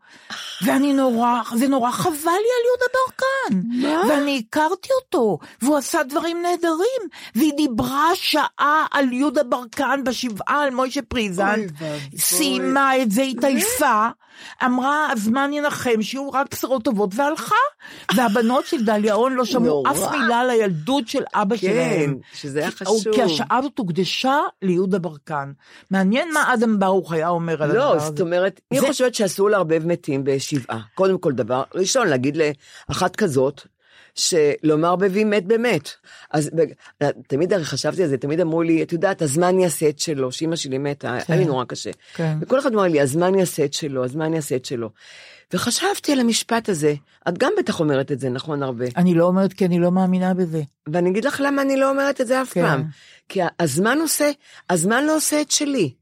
Speaker 3: ואני נורא, זה נורא חבל לי על יהודה ברקן. מה? ואני הכרתי אותו, והוא עשה דברים נהדרים, והיא דיברה שעה על יהודה ברקן בשבעה, על מוישה פריזנט. סיימה את זה, התעייפה, אמרה, הזמן ינחם, שיהיו רק בשורות טובות, והלכה. והבנות של דליה און לא שמעו
Speaker 4: נורא.
Speaker 3: אף מילה על הילדות של אבא
Speaker 4: כן,
Speaker 3: שלהם.
Speaker 4: שזה היה
Speaker 3: כי- כי
Speaker 4: חשוב.
Speaker 3: השעה הזאת הוקדשה ליהודה ברקן. מעניין מה אדם ברוך היה אומר על הדבר
Speaker 4: לא,
Speaker 3: הזה.
Speaker 4: זאת אומרת, אני
Speaker 3: זה-
Speaker 4: חושבת שאסור לערבב מתים בשבעה. קודם כל דבר, ראשון, להגיד לאחת כזאת, שלא מערבבים מת במת. אז ב- תמיד הרי חשבתי על זה, תמיד אמרו לי, את יודעת, הזמן יעשה את שלו, שאימא שלי מתה, היה לי נורא קשה.
Speaker 3: כן.
Speaker 4: וכל אחד אמר לי, הזמן יעשה את שלו, הזמן יעשה את שלו. וחשבתי על המשפט הזה, את גם בטח אומרת את זה, נכון, הרבה.
Speaker 3: אני לא אומרת כי אני לא מאמינה בזה.
Speaker 4: ואני אגיד לך למה אני לא אומרת את זה אף
Speaker 3: כן.
Speaker 4: פעם. כי ה- הזמן עושה, הזמן לא עושה את שלי.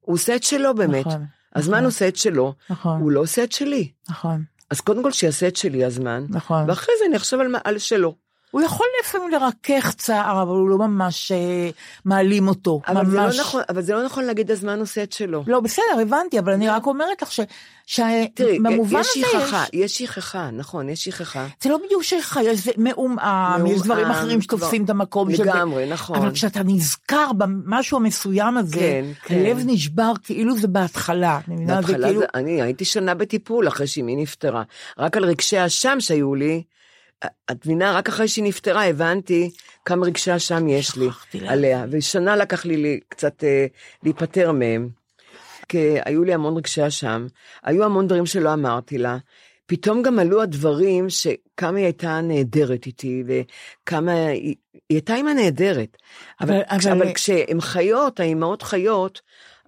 Speaker 4: הוא עושה את שלו באמת.
Speaker 3: נכון,
Speaker 4: הזמן
Speaker 3: נכון.
Speaker 4: עושה את שלו,
Speaker 3: נכון.
Speaker 4: הוא לא עושה את שלי.
Speaker 3: נכון.
Speaker 4: אז קודם כל שיעשה את שלי הזמן,
Speaker 3: נכון.
Speaker 4: ואחרי זה אני אחשוב על, מה- על שלו.
Speaker 3: הוא יכול לפעמים לרכך צער, אבל הוא לא ממש אה, מעלים אותו.
Speaker 4: אבל
Speaker 3: ממש.
Speaker 4: זה, לא נכון, אבל זה לא נכון להגיד הזמן עושה את שלו.
Speaker 3: לא, בסדר, הבנתי, אבל אני רק אומרת לך ש...
Speaker 4: תראי,
Speaker 3: שבמובן
Speaker 4: יש
Speaker 3: הזה
Speaker 4: שכחה, יש שכחה, נכון, יש שכחה.
Speaker 3: זה לא בדיוק שכחה, יש זה מעומעם, יש
Speaker 4: מעומעם,
Speaker 3: דברים אחרים
Speaker 4: כבר-
Speaker 3: שתופסים את המקום של...
Speaker 4: לגמרי, נכון.
Speaker 3: אבל כשאתה נזכר במשהו המסוים הזה,
Speaker 4: כן, כן.
Speaker 3: הלב נשבר כאילו זה בהתחלה. אני מבינה, זה
Speaker 4: בהתחלה
Speaker 3: כאילו...
Speaker 4: זה, אני הייתי שנה בטיפול אחרי שאימי נפטרה. רק על רגשי האשם שהיו לי, את מבינה, רק אחרי שהיא נפטרה הבנתי כמה רגשי אשם יש לי
Speaker 3: שכחתי להם.
Speaker 4: עליה. ושנה לקח לי לי קצת אה, להיפטר מהם. כי היו לי המון רגשי אשם, היו המון דברים שלא אמרתי לה. פתאום גם עלו הדברים שכמה היא הייתה נהדרת איתי, וכמה היא, היא הייתה אימא נהדרת. אבל,
Speaker 3: אבל-
Speaker 4: אבל,
Speaker 3: אבל-
Speaker 4: אבל... אבל כשהן חיות, האימהות חיות,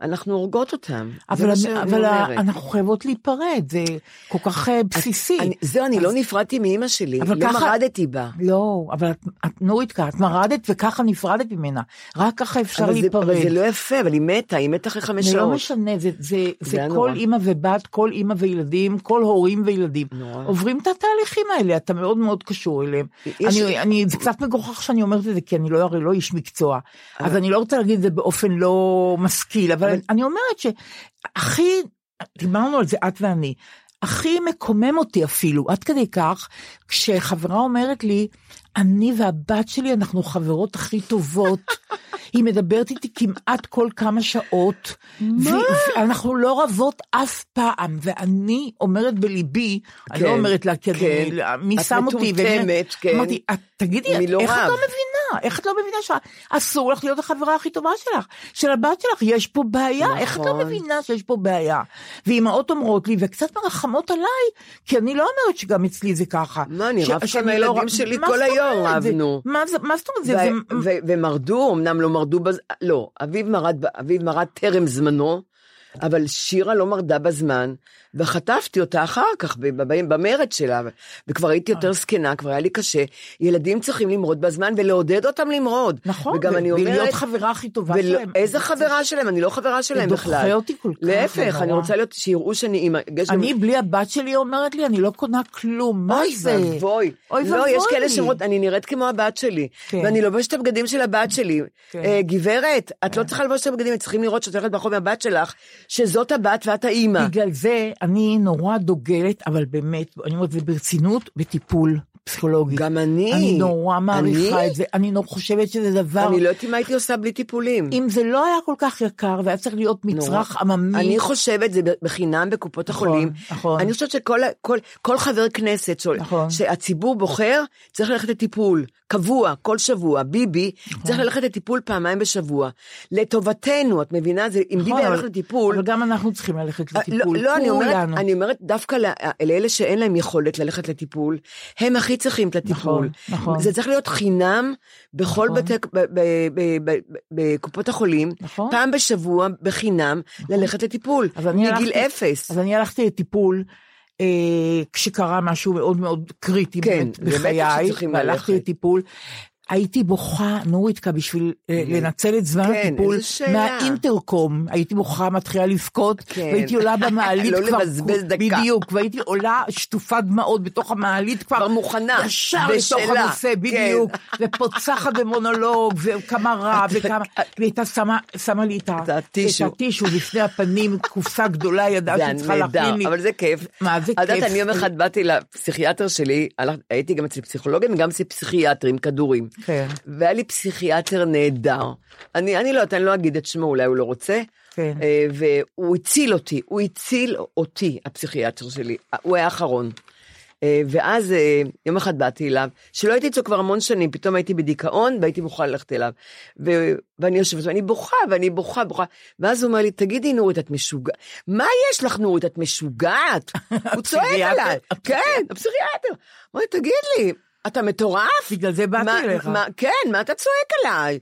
Speaker 4: אנחנו הורגות אותן. זה
Speaker 3: אבל,
Speaker 4: מה
Speaker 3: אבל,
Speaker 4: שאני
Speaker 3: אבל
Speaker 4: אומרת.
Speaker 3: אנחנו חייבות להיפרד, זה כל כך אה, בסיסי.
Speaker 4: אני, זהו, אני
Speaker 3: אז-
Speaker 4: לא נפרדתי מאימא שלי,
Speaker 3: אבל
Speaker 4: לא
Speaker 3: ככה-
Speaker 4: מרדתי בה.
Speaker 3: לא, אבל את, את נורית כאן, את מרדת וככה נפרדת ממנה. רק ככה אפשר
Speaker 4: אבל זה,
Speaker 3: להיפרד.
Speaker 4: אבל זה לא יפה, אבל היא מתה, היא מתה אחרי חמש
Speaker 3: זה לא
Speaker 4: שעות.
Speaker 3: משנה, זה, זה, זה,
Speaker 4: זה היה
Speaker 3: כל
Speaker 4: נורא.
Speaker 3: אימא ובת, כל אימא וילדים, כל הורים וילדים.
Speaker 4: נורא.
Speaker 3: עוברים את התהליכים האלה, אתה מאוד מאוד קשור אליהם.
Speaker 4: יש-
Speaker 3: אני, אני, זה קצת מגוחך שאני אומרת את זה, כי אני לא הרי לא איש מקצוע. אז אני לא רוצה להגיד את זה באופן לא משכיל, אבל,
Speaker 4: אבל-
Speaker 3: אני אומרת שהכי, דיברנו על זה את ואני, הכי מקומם אותי אפילו, עד כדי כך, כשחברה אומרת לי, אני והבת שלי, אנחנו חברות הכי טובות. היא מדברת איתי כמעט כל כמה שעות. מה? ואנחנו לא רבות אף פעם, ואני אומרת בליבי, אני
Speaker 4: כן,
Speaker 3: לא אומרת לה, כי
Speaker 4: כן.
Speaker 3: אני, מי
Speaker 4: את
Speaker 3: שם אותי? ומי-
Speaker 4: מטומטמת, כן.
Speaker 3: אמרתי, "את- תגידי,
Speaker 4: מי
Speaker 3: את-
Speaker 4: לא
Speaker 3: איך את
Speaker 4: רב?"
Speaker 3: לא מבינה? איך את לא מבינה שאסור לך להיות החברה הכי טובה שלך? של הבת שלך, יש פה בעיה, איך את לא
Speaker 4: נכון.
Speaker 3: מבינה שיש פה בעיה? ואימהות אומרות לי, וקצת מרחמות עליי, כי אני לא אומרת שגם אצלי זה ככה.
Speaker 4: מה, אני
Speaker 3: ש-
Speaker 4: רבתי עם
Speaker 3: שאני לא
Speaker 4: הילדים
Speaker 3: ר-
Speaker 4: שלי
Speaker 3: מה
Speaker 4: כל
Speaker 3: זאת
Speaker 4: היום
Speaker 3: אומרת? זה-
Speaker 4: רבנו.
Speaker 3: מה זה- מה זאת אומרת? זה-
Speaker 4: ו-
Speaker 3: זה-
Speaker 4: ו- ומרדו, אמנם לא מרדו, בז... לא, אביב מרד, ב- אביב מרד טרם זמנו, אבל שירה לא מרדה בזמן, וחטפתי אותה אחר כך ב- ב- במרד שלה, וכבר הייתי
Speaker 3: אה.
Speaker 4: יותר זקנה, כבר היה לי קשה. ילדים צריכים למרוד בזמן ולעודד אותם למרוד.
Speaker 3: נכון,
Speaker 4: וגם
Speaker 3: ו-
Speaker 4: אני אומרת...
Speaker 3: ולהיות חברה הכי טובה
Speaker 4: ולא-
Speaker 3: שלהם.
Speaker 4: איזה חברה שלהם? אני לא חברה שלהם
Speaker 3: דוחה
Speaker 4: בכלל.
Speaker 3: אותי כל כך, זה
Speaker 4: להפך,
Speaker 3: נורא.
Speaker 4: אני רוצה להיות, שיראו שאני אימא. יש גם-
Speaker 3: אני בלי הבת שלי אומרת לי, אני לא קונה כלום, מה
Speaker 4: אוי
Speaker 3: זה?
Speaker 4: ואבוי.
Speaker 3: אוי
Speaker 4: לא,
Speaker 3: ואבוי.
Speaker 4: יש כאלה שאומרות, אני נראית כמו הבת שלי,
Speaker 3: כן.
Speaker 4: ואני לובשת את הבגדים של הבת שלי.
Speaker 3: כן.
Speaker 4: אה, גברת, את לא צריכה ללבוש את הבגדים, צריכים לראות שאת הולכת ברחוב עם הבת שלך, שזאת הבת ואת האימא.
Speaker 3: בגלל זה אני נורא דוגלת, אבל באמת, אני אומרת זה ברצינות, בטיפול פסיכולוגי.
Speaker 4: גם אני.
Speaker 3: אני נורא מעריכה
Speaker 4: אני?
Speaker 3: את זה, אני נורא חושבת שזה דבר...
Speaker 4: אני לא יודעת מה הייתי עושה בלי טיפולים.
Speaker 3: אם זה לא היה כל כך יקר והיה צריך להיות מצרך
Speaker 4: נורא.
Speaker 3: עממי,
Speaker 4: אני חושבת, זה בחינם בקופות
Speaker 3: נכון,
Speaker 4: החולים.
Speaker 3: נכון.
Speaker 4: אני חושבת שכל כל, כל חבר כנסת שעול-
Speaker 3: נכון.
Speaker 4: שהציבור בוחר, צריך ללכת לטיפול קבוע, כל שבוע. ביבי
Speaker 3: נכון.
Speaker 4: צריך ללכת לטיפול פעמיים בשבוע. לטובתנו, את מבינה? זה, אם
Speaker 3: נכון,
Speaker 4: ביבי היה
Speaker 3: אבל-
Speaker 4: הולך לטיפול...
Speaker 3: אבל גם אנחנו צריכים ללכת לטיפול,
Speaker 4: לא, לא אני, אומרת,
Speaker 3: כולנו.
Speaker 4: אני אומרת דווקא לא- לאלה שאין להם יכולת ללכת לטיפול, הם הכי צריכים את הטיפול.
Speaker 3: נכון, נכון.
Speaker 4: זה צריך להיות חינם בכל
Speaker 3: נכון.
Speaker 4: נכון. בתי, ב, ב, ב, ב, ב, בקופות החולים,
Speaker 3: נכון.
Speaker 4: פעם בשבוע בחינם ללכת לטיפול,
Speaker 3: אז אני
Speaker 4: מגיל
Speaker 3: הלכתי-
Speaker 4: אפס.
Speaker 3: אז אני הלכתי לטיפול. אה, כשקרה משהו מאוד מאוד קריטי
Speaker 4: כן,
Speaker 3: באמת
Speaker 4: זה בטח
Speaker 3: בחיי,
Speaker 4: שצריכים
Speaker 3: והלכתי
Speaker 4: ללכת.
Speaker 3: לטיפול, הייתי בוכה, נורית, כי בשביל אה, לנצל את זמן
Speaker 4: כן,
Speaker 3: הטיפול
Speaker 4: איזו שאלה.
Speaker 3: מהאינטרקום, הייתי בוכה, מתחילה לבכות,
Speaker 4: כן.
Speaker 3: והייתי עולה במעלית
Speaker 4: לא
Speaker 3: כבר,
Speaker 4: לבזבז דקה.
Speaker 3: בדיוק, והייתי עולה שטופת דמעות בתוך המעלית כבר,
Speaker 4: כבר מוכנה,
Speaker 3: ישר
Speaker 4: בשלה,
Speaker 3: לתוך הנושא,
Speaker 4: כן.
Speaker 3: בדיוק, ופוצחת במונולוג, וכמה רע, וכמה, והיא הייתה שמה- שמה לי את ה-
Speaker 4: את הטישו.
Speaker 3: את הטישו לפני הפנים, קופסה גדולה, ידעה
Speaker 4: זה
Speaker 3: שצריכה
Speaker 4: נהדר,
Speaker 3: להכין לי.
Speaker 4: אבל זה כיף.
Speaker 3: מה, זה
Speaker 4: את יודעת,
Speaker 3: כיף.
Speaker 4: אני יום אחד באתי לפסיכיאטר שלי, הלכ- הייתי גם אצל פסיכולוגים וגם אצל פסיכיאטרים, כדורים.
Speaker 3: כן.
Speaker 4: והיה לי פסיכיאטר נהדר. אני, אני לא יודעת, אני לא אגיד את שמו, אולי הוא לא רוצה.
Speaker 3: כן.
Speaker 4: אה, והוא הציל אותי, הוא הציל אותי, הפסיכיאטר שלי. הוא היה האחרון. אה, ואז אה, יום אחד באתי אליו, שלא הייתי אצלו כבר המון שנים, פתאום הייתי בדיכאון והייתי מוכרחה ללכת אליו. ו- ואני יושבת, ואני בוכה, ואני בוכה, בוכה. ואז הוא אומר לי, תגידי, נורית, את משוגעת? מה יש לך, נורית, את משוגעת? הוא צועק
Speaker 3: הפסיכיאטר.
Speaker 4: עליי. כן, הפסיכיאטר. אמר לי, תגיד לי, אתה מטורף?
Speaker 3: בגלל זה באתי
Speaker 4: מה-
Speaker 3: אליך.
Speaker 4: מה- כן, מה אתה צועק עליי?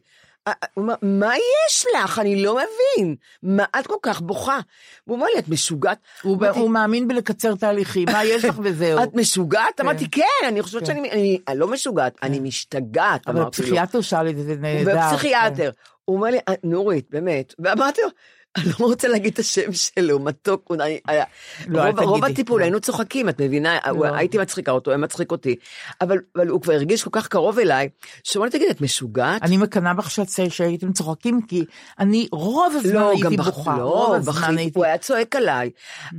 Speaker 4: אה, הוא אמר, מה יש לך? אני לא מבין. מה את כל כך בוכה? הוא אומר לי, את משוגעת?
Speaker 3: הוא
Speaker 4: אמרתי,
Speaker 3: הוא מאמין בלקצר תהליכים, מה יש לך וזהו.
Speaker 4: את משוגעת? אמרתי, כן, אני חושבת שאני אני- אני לא משוגעת, אני משתגעת,
Speaker 3: כן. אבל
Speaker 4: אמרתי לו.
Speaker 3: הפסיכיאטר שאל את זה, זה נהדר. כן.
Speaker 4: והפסיכיאטר. הוא אומר לי, "אה, נורית, באמת. ואמרתי לו, אני לא רוצה להגיד את השם שלו, מתוק, הוא היה- היה...
Speaker 3: לא, אל
Speaker 4: רוב- רוב
Speaker 3: תגידי.
Speaker 4: הטיפול
Speaker 3: לא.
Speaker 4: היינו צוחקים, את מבינה? הוא-
Speaker 3: לא.
Speaker 4: הייתי מצחיקה אותו, היה מצחיק אותי. אבל אבל הוא כבר הרגיש כל כך קרוב אליי, שהוא אמר לי, תגיד, את משוגעת?
Speaker 3: אני מקנאה בך שאת- שהייתם צוחקים, כי אני רוב הזמן
Speaker 4: לא, גם
Speaker 3: הייתי
Speaker 4: בח-
Speaker 3: בוכה. רוב
Speaker 4: לא,
Speaker 3: הזמן
Speaker 4: בכיתי,
Speaker 3: הייתי... Mm-hmm.
Speaker 4: הוא היה צועק עליי,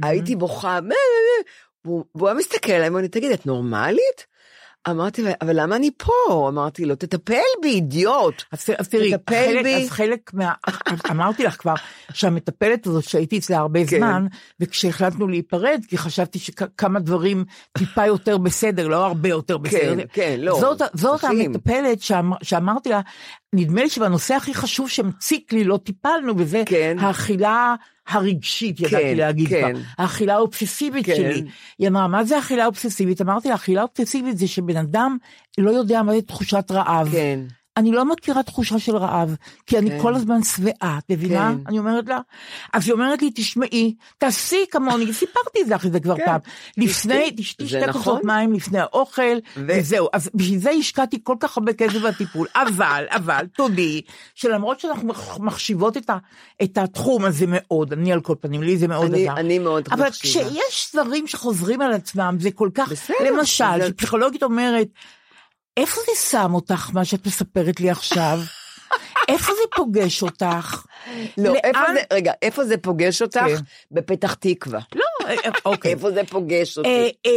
Speaker 4: הייתי בוכה, "מה, מה, מה?" והוא- והוא היה מסתכל עליי, ואומר לי, תגיד, את נורמלית? אמרתי, לו, אבל למה אני פה? אמרתי לו, תטפל בי, אידיוט.
Speaker 3: אז אז תראי,
Speaker 4: תטפל
Speaker 3: חלק-
Speaker 4: בי.
Speaker 3: אז חלק מה... אמרתי לך כבר שהמטפלת הזאת שהייתי אצלה הרבה
Speaker 4: כן.
Speaker 3: זמן, וכשהחלטנו להיפרד, כי חשבתי שכמה דברים טיפה יותר בסדר, לא הרבה יותר בסדר.
Speaker 4: כן, לא,
Speaker 3: זאת- זאת
Speaker 4: צריכים.
Speaker 3: המטפלת שאמר- שאמרתי לה, נדמה לי שבנושא הכי חשוב שמציק לי לא טיפלנו, וזה
Speaker 4: כן.
Speaker 3: האכילה הרגשית, ידעתי
Speaker 4: כן,
Speaker 3: להגיד
Speaker 4: כן.
Speaker 3: כבר. האכילה האובססיבית
Speaker 4: כן.
Speaker 3: שלי. היא אמרה, מה זה אכילה אובססיבית? אמרתי לה, אכילה אובססיבית זה שבן אדם לא יודע מה זה תחושת רעב.
Speaker 4: כן,
Speaker 3: אני לא מכירה תחושה של רעב, כי אני
Speaker 4: כן.
Speaker 3: כל הזמן שבעה, את מבינה?
Speaker 4: כן.
Speaker 3: אני אומרת לה. אז היא אומרת לי, תשמעי, תעשי כמוני, סיפרתי לך את זה כבר
Speaker 4: כן.
Speaker 3: פעם. לפני,
Speaker 4: תשתי.
Speaker 3: תשתי
Speaker 4: זה
Speaker 3: שתי
Speaker 4: נכון.
Speaker 3: כוסות מים לפני האוכל,
Speaker 4: ו-
Speaker 3: וזהו. אז בשביל זה השקעתי כל כך הרבה כסף בטיפול. אבל, אבל, תודי, שלמרות שאנחנו מח- מחשיבות את ה- את התחום הזה מאוד, אני על כל פנים, לי זה מאוד
Speaker 4: אני-
Speaker 3: עזר.
Speaker 4: אני מאוד
Speaker 3: אבל
Speaker 4: מחשיבה.
Speaker 3: כשיש דברים שחוזרים על עצמם, זה כל כך...
Speaker 4: בסדר,
Speaker 3: למשל,
Speaker 4: זה-
Speaker 3: שפסיכולוגית אומרת, איפה זה שם אותך, מה שאת מספרת לי עכשיו? איפה זה פוגש אותך?
Speaker 4: לא, איפה
Speaker 3: לאן-
Speaker 4: זה, רגע, איפה זה פוגש אותך?
Speaker 3: כן.
Speaker 4: בפתח תקווה.
Speaker 3: לא, אה, אה, אוקיי.
Speaker 4: איפה זה פוגש
Speaker 3: אה,
Speaker 4: אותי?
Speaker 3: אה,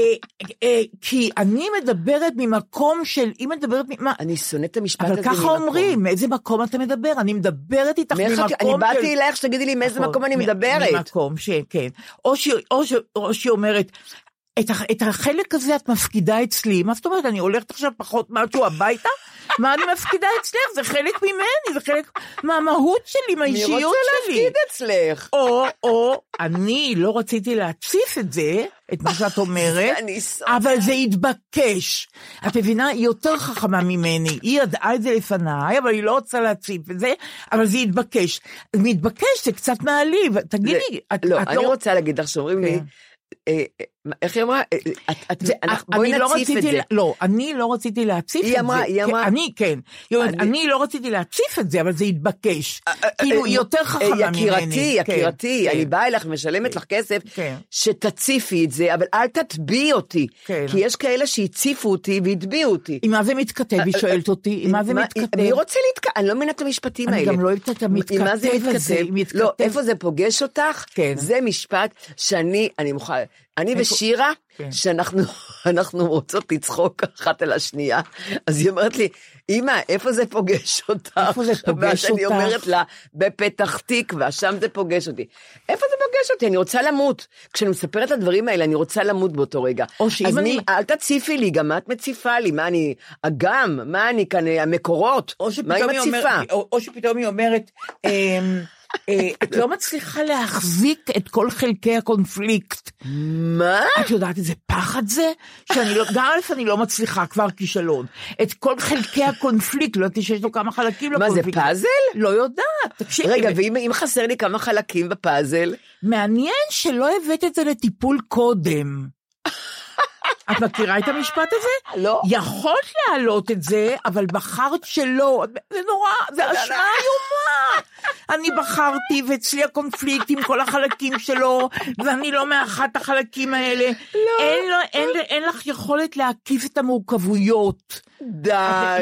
Speaker 3: אה, כי אני מדברת ממקום של, היא מדברת, מ- מה-
Speaker 4: אני שונאת את המשפט הזה.
Speaker 3: אבל ככה
Speaker 4: ממקום.
Speaker 3: אומרים, מאיזה מקום אתה מדבר? אני מדברת איתך
Speaker 4: מאיך
Speaker 3: ממקום
Speaker 4: את-
Speaker 3: של...
Speaker 4: אני באתי אלייך שתגידי לי מאיזה
Speaker 3: נכון,
Speaker 4: מקום אני
Speaker 3: מ-
Speaker 4: מדברת.
Speaker 3: ממקום שכן. או שהיא- או ש- או שהיא אומרת, את, הח- את החלק הזה את מפקידה אצלי, מה זאת אומרת, אני הולכת עכשיו פחות משהו הביתה? מה אני מפקידה אצלך? זה חלק ממני, זה חלק מהמהות שלי,
Speaker 4: מי רוצה
Speaker 3: מהאישיות שלי.
Speaker 4: להפקיד אצלך?
Speaker 3: או, או, אני לא רציתי להציף את זה, את מה שאת אומרת,
Speaker 4: אני שונאת.
Speaker 3: אבל זה התבקש. את מבינה, היא יותר חכמה ממני, היא ידעה את זה לפניי, אבל היא לא רוצה להציף את זה, אבל זה התבקש. מתבקש זה קצת מעליב, תגידי,
Speaker 4: זה-
Speaker 3: את
Speaker 4: לא,
Speaker 3: את
Speaker 4: אני רוצה להגיד לך שאומרים לי,
Speaker 3: כן.
Speaker 4: אה, אה, איך היא אמרה? אה, אה, את- את-
Speaker 3: זה-
Speaker 4: אנחנו-
Speaker 3: אני
Speaker 4: בואי
Speaker 3: לא
Speaker 4: נציף את
Speaker 3: רציתי
Speaker 4: זה.
Speaker 3: לה- לא, אני לא רציתי להציף
Speaker 4: היא
Speaker 3: את
Speaker 4: אמרה-
Speaker 3: זה.
Speaker 4: היא
Speaker 3: כן,
Speaker 4: אמרה-
Speaker 3: אני כן. היא אומרת,
Speaker 4: אני-
Speaker 3: אני לא רציתי להציף את זה, אבל זה התבקש. כאילו,
Speaker 4: אה,
Speaker 3: היא יותר חכמה ממני.
Speaker 4: יקירתי,
Speaker 3: כן,
Speaker 4: יקירתי,
Speaker 3: כן.
Speaker 4: אני באה אליך, משלמת לך כסף,
Speaker 3: כן.
Speaker 4: שתציפי את זה, אבל אל תטביעי אותי.
Speaker 3: כן.
Speaker 4: כי יש כאלה שהציפו אותי והטביעו אותי.
Speaker 3: עם מה זה מתכתב? היא שואלת אותי, עם אה, מה זה מתכתב?
Speaker 4: אה, מי רוצה להתכתב? אני לא מבינה את המשפטים
Speaker 3: אני
Speaker 4: האלה.
Speaker 3: גם לא אוהבת את
Speaker 4: עם מה זה
Speaker 3: המתכתב הזה,
Speaker 4: מתכתב?
Speaker 3: עם מתכתב.
Speaker 4: לא, איפה זה פוגש אותך?
Speaker 3: כן.
Speaker 4: זה משפט שאני, אני מוכנה, אני ושירה,
Speaker 3: כן.
Speaker 4: שאנחנו אנחנו רוצות לצחוק אחת על השנייה, אז היא אומרת לי, אמא, איפה זה פוגש אותך?
Speaker 3: איפה זה פוגש
Speaker 4: ואז אני
Speaker 3: אותך?
Speaker 4: אומרת לה, בפתח תקווה, שם זה פוגש אותי. איפה זה פוגש אותי? אני רוצה למות. כשאני מספרת את הדברים האלה, אני רוצה למות באותו רגע.
Speaker 3: או שאם
Speaker 4: אז
Speaker 3: אני-
Speaker 4: מי- אל תציפי לי, גם מה את מציפה לי? מה אני, אגם? מה אני כאן, המקורות?
Speaker 3: או
Speaker 4: מה היא
Speaker 3: שפתאום היא
Speaker 4: מציפה?
Speaker 3: אומרת, או, או שפתאום היא אומרת, אמ, אה, את לא מצליחה להחזיק את כל חלקי הקונפליקט.
Speaker 4: מה?
Speaker 3: את יודעת איזה פחד זה? שאני לא, גם א' אני לא מצליחה כבר כישלון. את כל חלקי הקונפליקט, לא ידעתי שיש לו כמה חלקים
Speaker 4: מה, זה
Speaker 3: לקונפליקט.
Speaker 4: פאזל?
Speaker 3: לא יודעת, כן, תקשיבי.
Speaker 4: רגע, ואם אם חסר לי כמה חלקים בפאזל?
Speaker 3: מעניין שלא הבאת את זה לטיפול קודם. את מכירה את המשפט הזה?
Speaker 4: לא.
Speaker 3: יכולת להעלות את זה, אבל בחרת שלא. זה נורא,
Speaker 4: לא,
Speaker 3: זה אשמה איומה. אני בחרתי, ואצלי הקונפליקט עם כל החלקים שלו, ואני לא מאחת החלקים האלה. לא. אין, לו, אין, אין לך יכולת להקיף את המורכבויות.
Speaker 4: די.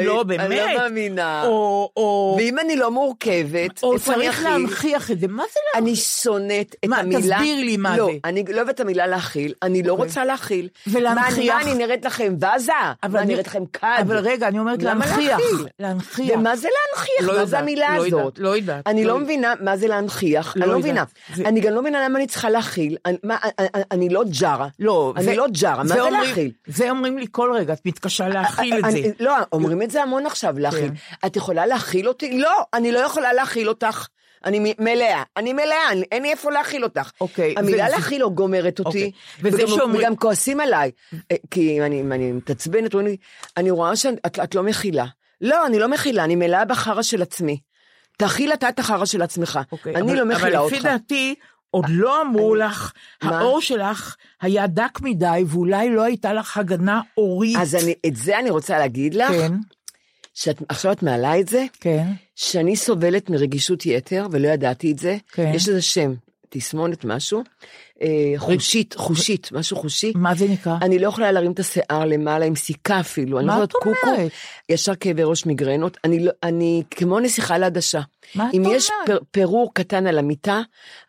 Speaker 3: לא, באמת.
Speaker 4: אני לא מאמינה.
Speaker 3: או, או,
Speaker 4: ואם אני לא מורכבת,
Speaker 3: או
Speaker 4: איפה אני
Speaker 3: צריך
Speaker 4: אכיל?
Speaker 3: להנכיח את זה. מה זה להנכיח?
Speaker 4: אני שונאת את
Speaker 3: מה,
Speaker 4: המילה...
Speaker 3: תסביר לי מה
Speaker 4: לא,
Speaker 3: זה. אוקיי.
Speaker 4: לא, אני לא אוהבת את המילה להכיל, אני לא רוצה להכיל.
Speaker 3: ולהנכיח?
Speaker 4: מה, מה אני נראית לכם בזה?
Speaker 3: אבל
Speaker 4: מה
Speaker 3: אני-
Speaker 4: נראית לכם כד?
Speaker 3: אבל רגע, אני אומרת
Speaker 4: למה
Speaker 3: להנכיח.
Speaker 4: להכיל?
Speaker 3: להנכיח.
Speaker 4: ומה זה להנכיח?
Speaker 3: לא
Speaker 4: מה זה
Speaker 3: יודעת,
Speaker 4: המילה
Speaker 3: לא יודעת,
Speaker 4: הזאת?
Speaker 3: לא יודעת,
Speaker 4: אני
Speaker 3: לא
Speaker 4: לא
Speaker 3: יודעת.
Speaker 4: מבינה מה זה להנכיח,
Speaker 3: לא
Speaker 4: אני לא
Speaker 3: יודעת.
Speaker 4: מבינה.
Speaker 3: זה-
Speaker 4: אני גם לא מבינה למה אני צריכה להכיל. אני- מה, אני- אני- אני לא ג'ארה.
Speaker 3: לא,
Speaker 4: אני לא ג'ארה, מה זה
Speaker 3: אומרים-
Speaker 4: להכיל?
Speaker 3: זה אומרים לי כל רגע, את מתקשה להכיל את זה. כן.
Speaker 4: אני- לא, אומרים את זה המון עכשיו, להכיל. את יכולה להכיל אותי? לא, אני לא יכולה להכיל אותך. אני מ- מלאה, אני מלאה, אני- אין לי איפה להכיל אותך.
Speaker 3: אוקיי,
Speaker 4: המילה
Speaker 3: וזה-
Speaker 4: להכיל לא גומרת אותי,
Speaker 3: אוקיי, וזה
Speaker 4: וגם-
Speaker 3: שאומרים-
Speaker 4: וגם כועסים עליי, אה, כי אם אני אם אני מתעצבנת, אומרים לי, אני רואה שאת את לא מכילה. לא, אני לא מכילה, אני מלאה בחרא של עצמי. תכיל אתה את החרא של עצמך.
Speaker 3: אוקיי,
Speaker 4: אני
Speaker 3: אבל-
Speaker 4: לא מכילה
Speaker 3: אבל לפי
Speaker 4: אותך.
Speaker 3: דעתי, עוד לא אמרו לך,
Speaker 4: מה?
Speaker 3: האור שלך היה דק מדי, ואולי לא הייתה לך הגנה אורית.
Speaker 4: אז אני- את זה אני רוצה להגיד לך,
Speaker 3: כן,
Speaker 4: שעכשיו את מעלה את זה,
Speaker 3: כן,
Speaker 4: שאני סובלת מרגישות יתר, ולא ידעתי את זה.
Speaker 3: כן.
Speaker 4: יש לזה שם, תסמונת משהו. אה, חושית, חושית, משהו חושי.
Speaker 3: מה זה נקרא?
Speaker 4: אני לא יכולה להרים את השיער למעלה עם סיכה אפילו. אני
Speaker 3: מה
Speaker 4: לא
Speaker 3: את
Speaker 4: יכולה להיות
Speaker 3: אומרת?
Speaker 4: ישר כאבי ראש מיגרנות. אני, לא, אני כמו נסיכה על עדשה.
Speaker 3: מה את
Speaker 4: אם יש פר,
Speaker 3: אומרת?
Speaker 4: פירור קטן על המיטה,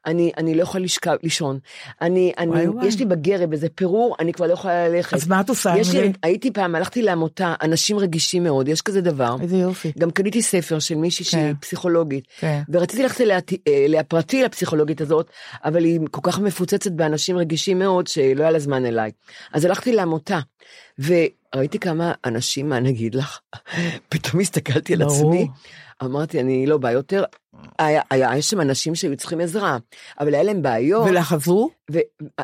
Speaker 4: אני, אני לא יכולה לשכב, לישון. אני, אני,
Speaker 3: וואי, וואי.
Speaker 4: יש לי בגרב איזה פירור, אני כבר לא יכולה ללכת.
Speaker 3: אז מה את עושה עם
Speaker 4: יש
Speaker 3: זה?
Speaker 4: לי, הייתי פעם, הלכתי לעמותה, אנשים רגישים מאוד, יש כזה דבר.
Speaker 3: איזה יופי.
Speaker 4: גם קניתי ספר של מישהי שהיא
Speaker 3: כן.
Speaker 4: פסיכולוגית,
Speaker 3: כן.
Speaker 4: ורציתי ללכת אליה, אה, אליה פרטי לפסיכולוגית הזאת, אבל היא כל כך מפוצצת באנשים רגישים מאוד, שלא היה לה זמן אליי. אז הלכתי לעמותה, וראיתי כמה אנשים, מה נגיד לך? פתאום הסתכלתי על
Speaker 3: ברור.
Speaker 4: עצמי, אמרתי, אני לא באה יותר. היה, היה, היה שם אנשים שהיו צריכים עזרה, אבל היה להם בעיות.
Speaker 3: ולך עזרו?
Speaker 4: אה,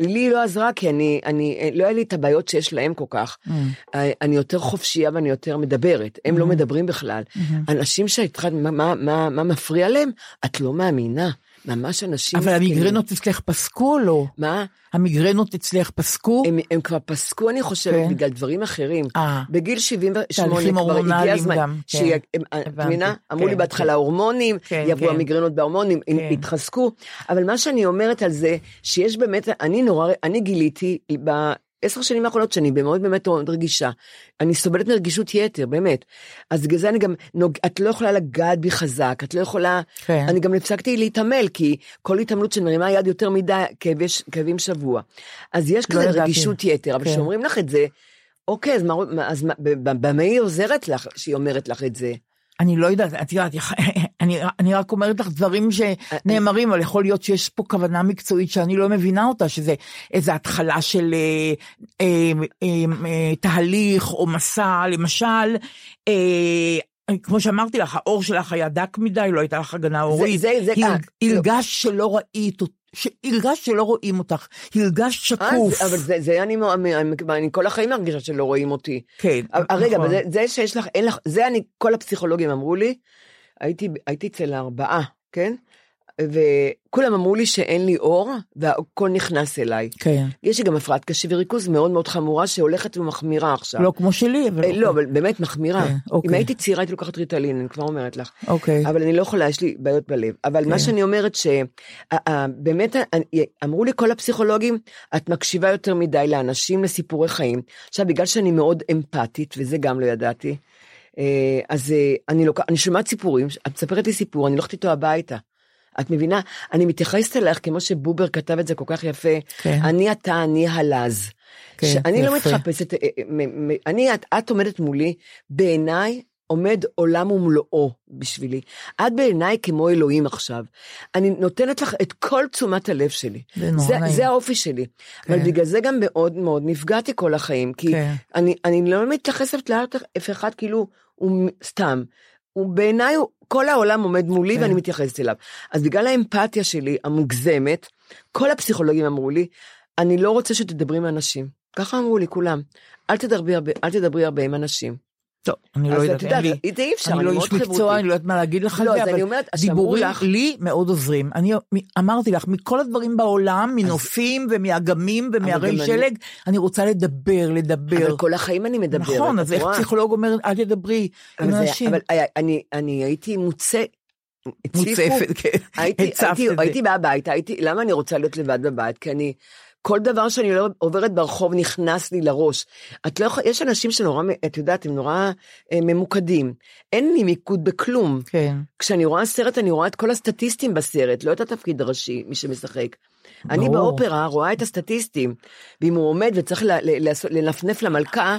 Speaker 4: ולי לא עזרה כי אני, אני, אה, לא היה לי את הבעיות שיש להם כל כך.
Speaker 3: Mm.
Speaker 4: אה, אני יותר חופשייה ואני יותר מדברת, הם לא מדברים בכלל.
Speaker 3: Mm-hmm.
Speaker 4: אנשים שהתחלת, מה- מה- מה מה מפריע להם? את לא מאמינה, ממש אנשים...
Speaker 3: אבל
Speaker 4: מסכנים.
Speaker 3: המיגרנות אצלך פסקו או לא?
Speaker 4: מה?
Speaker 3: המיגרנות אצלך פסקו?
Speaker 4: הם, הם כבר פסקו, אני חושבת,
Speaker 3: כן.
Speaker 4: בגלל דברים אחרים.
Speaker 3: אה.
Speaker 4: בגיל 78
Speaker 3: תהליכים
Speaker 4: כבר הגיע
Speaker 3: הורמונליים
Speaker 4: הזמן,
Speaker 3: גם, כן.
Speaker 4: שיג- הם- את
Speaker 3: הבנתי,
Speaker 4: מבינה? אמרו
Speaker 3: כן,
Speaker 4: לי בהתחלה הורמונים,
Speaker 3: כן,
Speaker 4: יבואו
Speaker 3: כן.
Speaker 4: המיגרנות בהורמונים, הם
Speaker 3: כן.
Speaker 4: התחזקו, אבל מה שאני אומרת על זה, שיש באמת, אני נורא, אני גיליתי בעשר שנים האחרונות שאני מאוד באמת מאוד רגישה, אני סובלת מרגישות יתר, באמת. אז בגלל זה אני גם, נוג- את לא יכולה לגעת בי חזק, את לא יכולה,
Speaker 3: כן.
Speaker 4: אני גם הפסקתי להתעמל, כי כל התעמלות שמרימה יד יותר מדי, כאבי ש- כאבים שבוע. אז יש
Speaker 3: לא
Speaker 4: כזה
Speaker 3: ידעתי.
Speaker 4: רגישות יתר, אבל
Speaker 3: כן.
Speaker 4: כשאומרים לך את זה, אוקיי, אז, מה, מה- אז מה- ב- ב- במה היא עוזרת לך שהיא אומרת לך את זה?
Speaker 3: אני לא יודעת, את יודעת, אני, אני רק אומרת לך דברים שנאמרים, אבל יכול להיות שיש פה כוונה מקצועית שאני לא מבינה אותה, שזה איזה התחלה של אה, אה, אה, אה, תהליך או מסע, למשל, אה, כמו שאמרתי לך, העור שלך היה דק מדי, לא הייתה לך הגנה הורית.
Speaker 4: זה- זה- אה, לא.
Speaker 3: הרגשת שלא ראית, אות- ש- הרגשת שלא רואים אותך, הרגשת
Speaker 4: אה,
Speaker 3: שקוף.
Speaker 4: זה- אבל זה, זה אני, מ- אני, אני כל החיים מרגישה שלא רואים אותי.
Speaker 3: כן,
Speaker 4: אבל- אה, רגע,
Speaker 3: נכון.
Speaker 4: אבל זה, זה שיש לך, אין לך, זה אני, כל הפסיכולוגים אמרו לי, הייתי, הייתי אצל הארבעה, כן? וכולם אמרו לי שאין לי אור, והכל נכנס אליי.
Speaker 3: כן.
Speaker 4: יש לי גם הפרעת קשב וריכוז מאוד מאוד חמורה שהולכת ומחמירה עכשיו.
Speaker 3: לא כמו שלי, אבל...
Speaker 4: אה, לא, אבל באמת מחמירה.
Speaker 3: כן, אוקיי.
Speaker 4: אם הייתי צעירה הייתי לוקחת ריטלין, אני כבר אומרת לך.
Speaker 3: אוקיי. כן.
Speaker 4: אבל אני לא יכולה, יש לי בעיות בלב. אבל מה שאני אומרת, שבאמת אמרו לי כל הפסיכולוגים, את מקשיבה יותר מדי לאנשים, לסיפורי חיים. עכשיו, בגלל שאני מאוד אמפתית, וזה גם לא ידעתי, אה, אז אה, אני, לוק... אני שומעת סיפורים, את מספרת לי סיפור, אני הולכת איתו הביתה. את מבינה? אני מתייחסת אלייך כמו שבובר כתב את זה כל כך יפה.
Speaker 3: כן.
Speaker 4: אני אתה, אני הלז.
Speaker 3: כן,
Speaker 4: שאני לא
Speaker 3: יפה.
Speaker 4: מתחפשת, אה, אה, מ- מ- אני, את, את עומדת מולי, בעיניי עומד עולם ומלואו בשבילי. את בעיניי כמו אלוהים עכשיו. אני נותנת לך את כל תשומת הלב שלי.
Speaker 3: זה נורא נעים.
Speaker 4: זה האופי שלי. כן. אבל בגלל זה גם מאוד מאוד נפגעתי כל החיים, כי
Speaker 3: כן.
Speaker 4: כן. אני, אני לא מתייחסת לאף אחד כאילו הוא מ- סתם. הוא בעיניי, הוא- כל העולם עומד מולי
Speaker 3: כן.
Speaker 4: ואני מתייחסת אליו. אז בגלל האמפתיה שלי המוגזמת, כל הפסיכולוגים אמרו לי, אני לא רוצה שתדברי עם אנשים. ככה אמרו לי כולם, אל תדברי הרבה, אל תדברי הרבה עם אנשים.
Speaker 3: טוב, אני לא
Speaker 4: אז
Speaker 3: יודעת,
Speaker 4: את
Speaker 3: אין
Speaker 4: יודעת,
Speaker 3: לי...
Speaker 4: זה אי אפשר,
Speaker 3: אני
Speaker 4: אני
Speaker 3: לא
Speaker 4: מאוד
Speaker 3: איש מקצוע,
Speaker 4: חברותית.
Speaker 3: אני לא יודעת מה להגיד לך על
Speaker 4: לא,
Speaker 3: זה,
Speaker 4: אז
Speaker 3: אבל
Speaker 4: אני אומרת, אז שאמרו
Speaker 3: דיבורים
Speaker 4: לך-
Speaker 3: לי מאוד עוזרים. אני אמרתי לך, מכל הדברים בעולם, מנופים ומאגמים ומהרי
Speaker 4: גם אני-
Speaker 3: שלג, אני רוצה לדבר, לדבר.
Speaker 4: אבל כל החיים אני מדברת.
Speaker 3: נכון, אז
Speaker 4: את
Speaker 3: איך
Speaker 4: רואה?
Speaker 3: פסיכולוג אומר, אל תדברי עם
Speaker 4: אבל זה-
Speaker 3: אנשים?
Speaker 4: אבל היה- אני- אני הייתי מוצא... הציפו-
Speaker 3: מוצפת, כן.
Speaker 4: הייתי,
Speaker 3: הצפת
Speaker 4: הייתי,
Speaker 3: את זה.
Speaker 4: הייתי באה הביתה, הייתי, למה אני רוצה להיות לבד בבית? כי אני, כל דבר שאני לא עוברת ברחוב נכנס לי לראש. את לא יכולה, יש אנשים שנורא, את יודעת, הם נורא אה, ממוקדים. אין לי מיקוד בכלום.
Speaker 3: כן.
Speaker 4: כשאני רואה סרט, אני רואה את כל הסטטיסטים בסרט, לא את התפקיד הראשי, מי שמשחק. אני
Speaker 3: ברור.
Speaker 4: באופרה רואה את הסטטיסטים, ואם הוא עומד וצריך ל- ל- לעשות- לנפנף למלכה,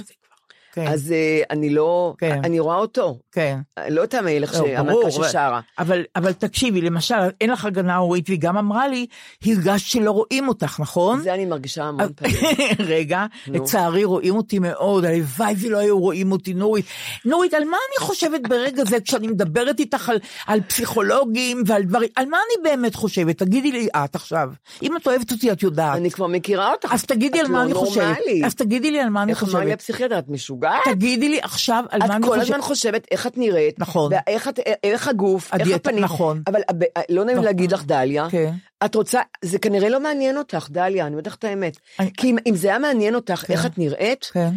Speaker 3: כן,
Speaker 4: אז אה, אני לא,
Speaker 3: כן.
Speaker 4: אני רואה אותו,
Speaker 3: כן.
Speaker 4: לא את המלך,
Speaker 3: לא,
Speaker 4: המלכה
Speaker 3: ברור,
Speaker 4: ששרה.
Speaker 3: אבל, אבל תקשיבי, למשל, אין לך הגנה הורית, והיא גם אמרה לי, הרגשת שלא רואים אותך, נכון?
Speaker 4: זה אני מרגישה
Speaker 3: אז-
Speaker 4: המון פעמים.
Speaker 3: אוקיי, רגע, לצערי רואים אותי מאוד, הלוואי ולא היו רואים אותי, נורית. נורית, על מה אני חושבת ברגע זה כשאני מדברת איתך על, על פסיכולוגים ועל דברים, על מה אני באמת חושבת? תגידי לי את עכשיו. אם את אוהבת אותי, את יודעת.
Speaker 4: אני כבר מכירה אותך.
Speaker 3: אז תגידי
Speaker 4: את
Speaker 3: על מה
Speaker 4: לא
Speaker 3: אני חושבת.
Speaker 4: נורמלית.
Speaker 3: אז תגידי לי על מה אני
Speaker 4: איך אמר לי
Speaker 3: חושבת.
Speaker 4: הפסיכיאטר, את משוגעת?
Speaker 3: תגידי לי עכשיו על
Speaker 4: את
Speaker 3: מה אני
Speaker 4: כל
Speaker 3: חושבת.
Speaker 4: הזמן חושבת איך את נראית,
Speaker 3: נכון.
Speaker 4: ואיך את, אה, איך הגוף, איך
Speaker 3: הדיאטה,
Speaker 4: הפנים,
Speaker 3: נכון.
Speaker 4: אבל הב- לא נעים
Speaker 3: נכון.
Speaker 4: להגיד לך דליה,
Speaker 3: כן.
Speaker 4: את רוצה, זה כנראה לא מעניין אותך, דליה, אני אומרת לך את האמת.
Speaker 3: אני-
Speaker 4: כי אם, אם זה היה מעניין אותך,
Speaker 3: כן.
Speaker 4: איך את נראית,
Speaker 3: כן.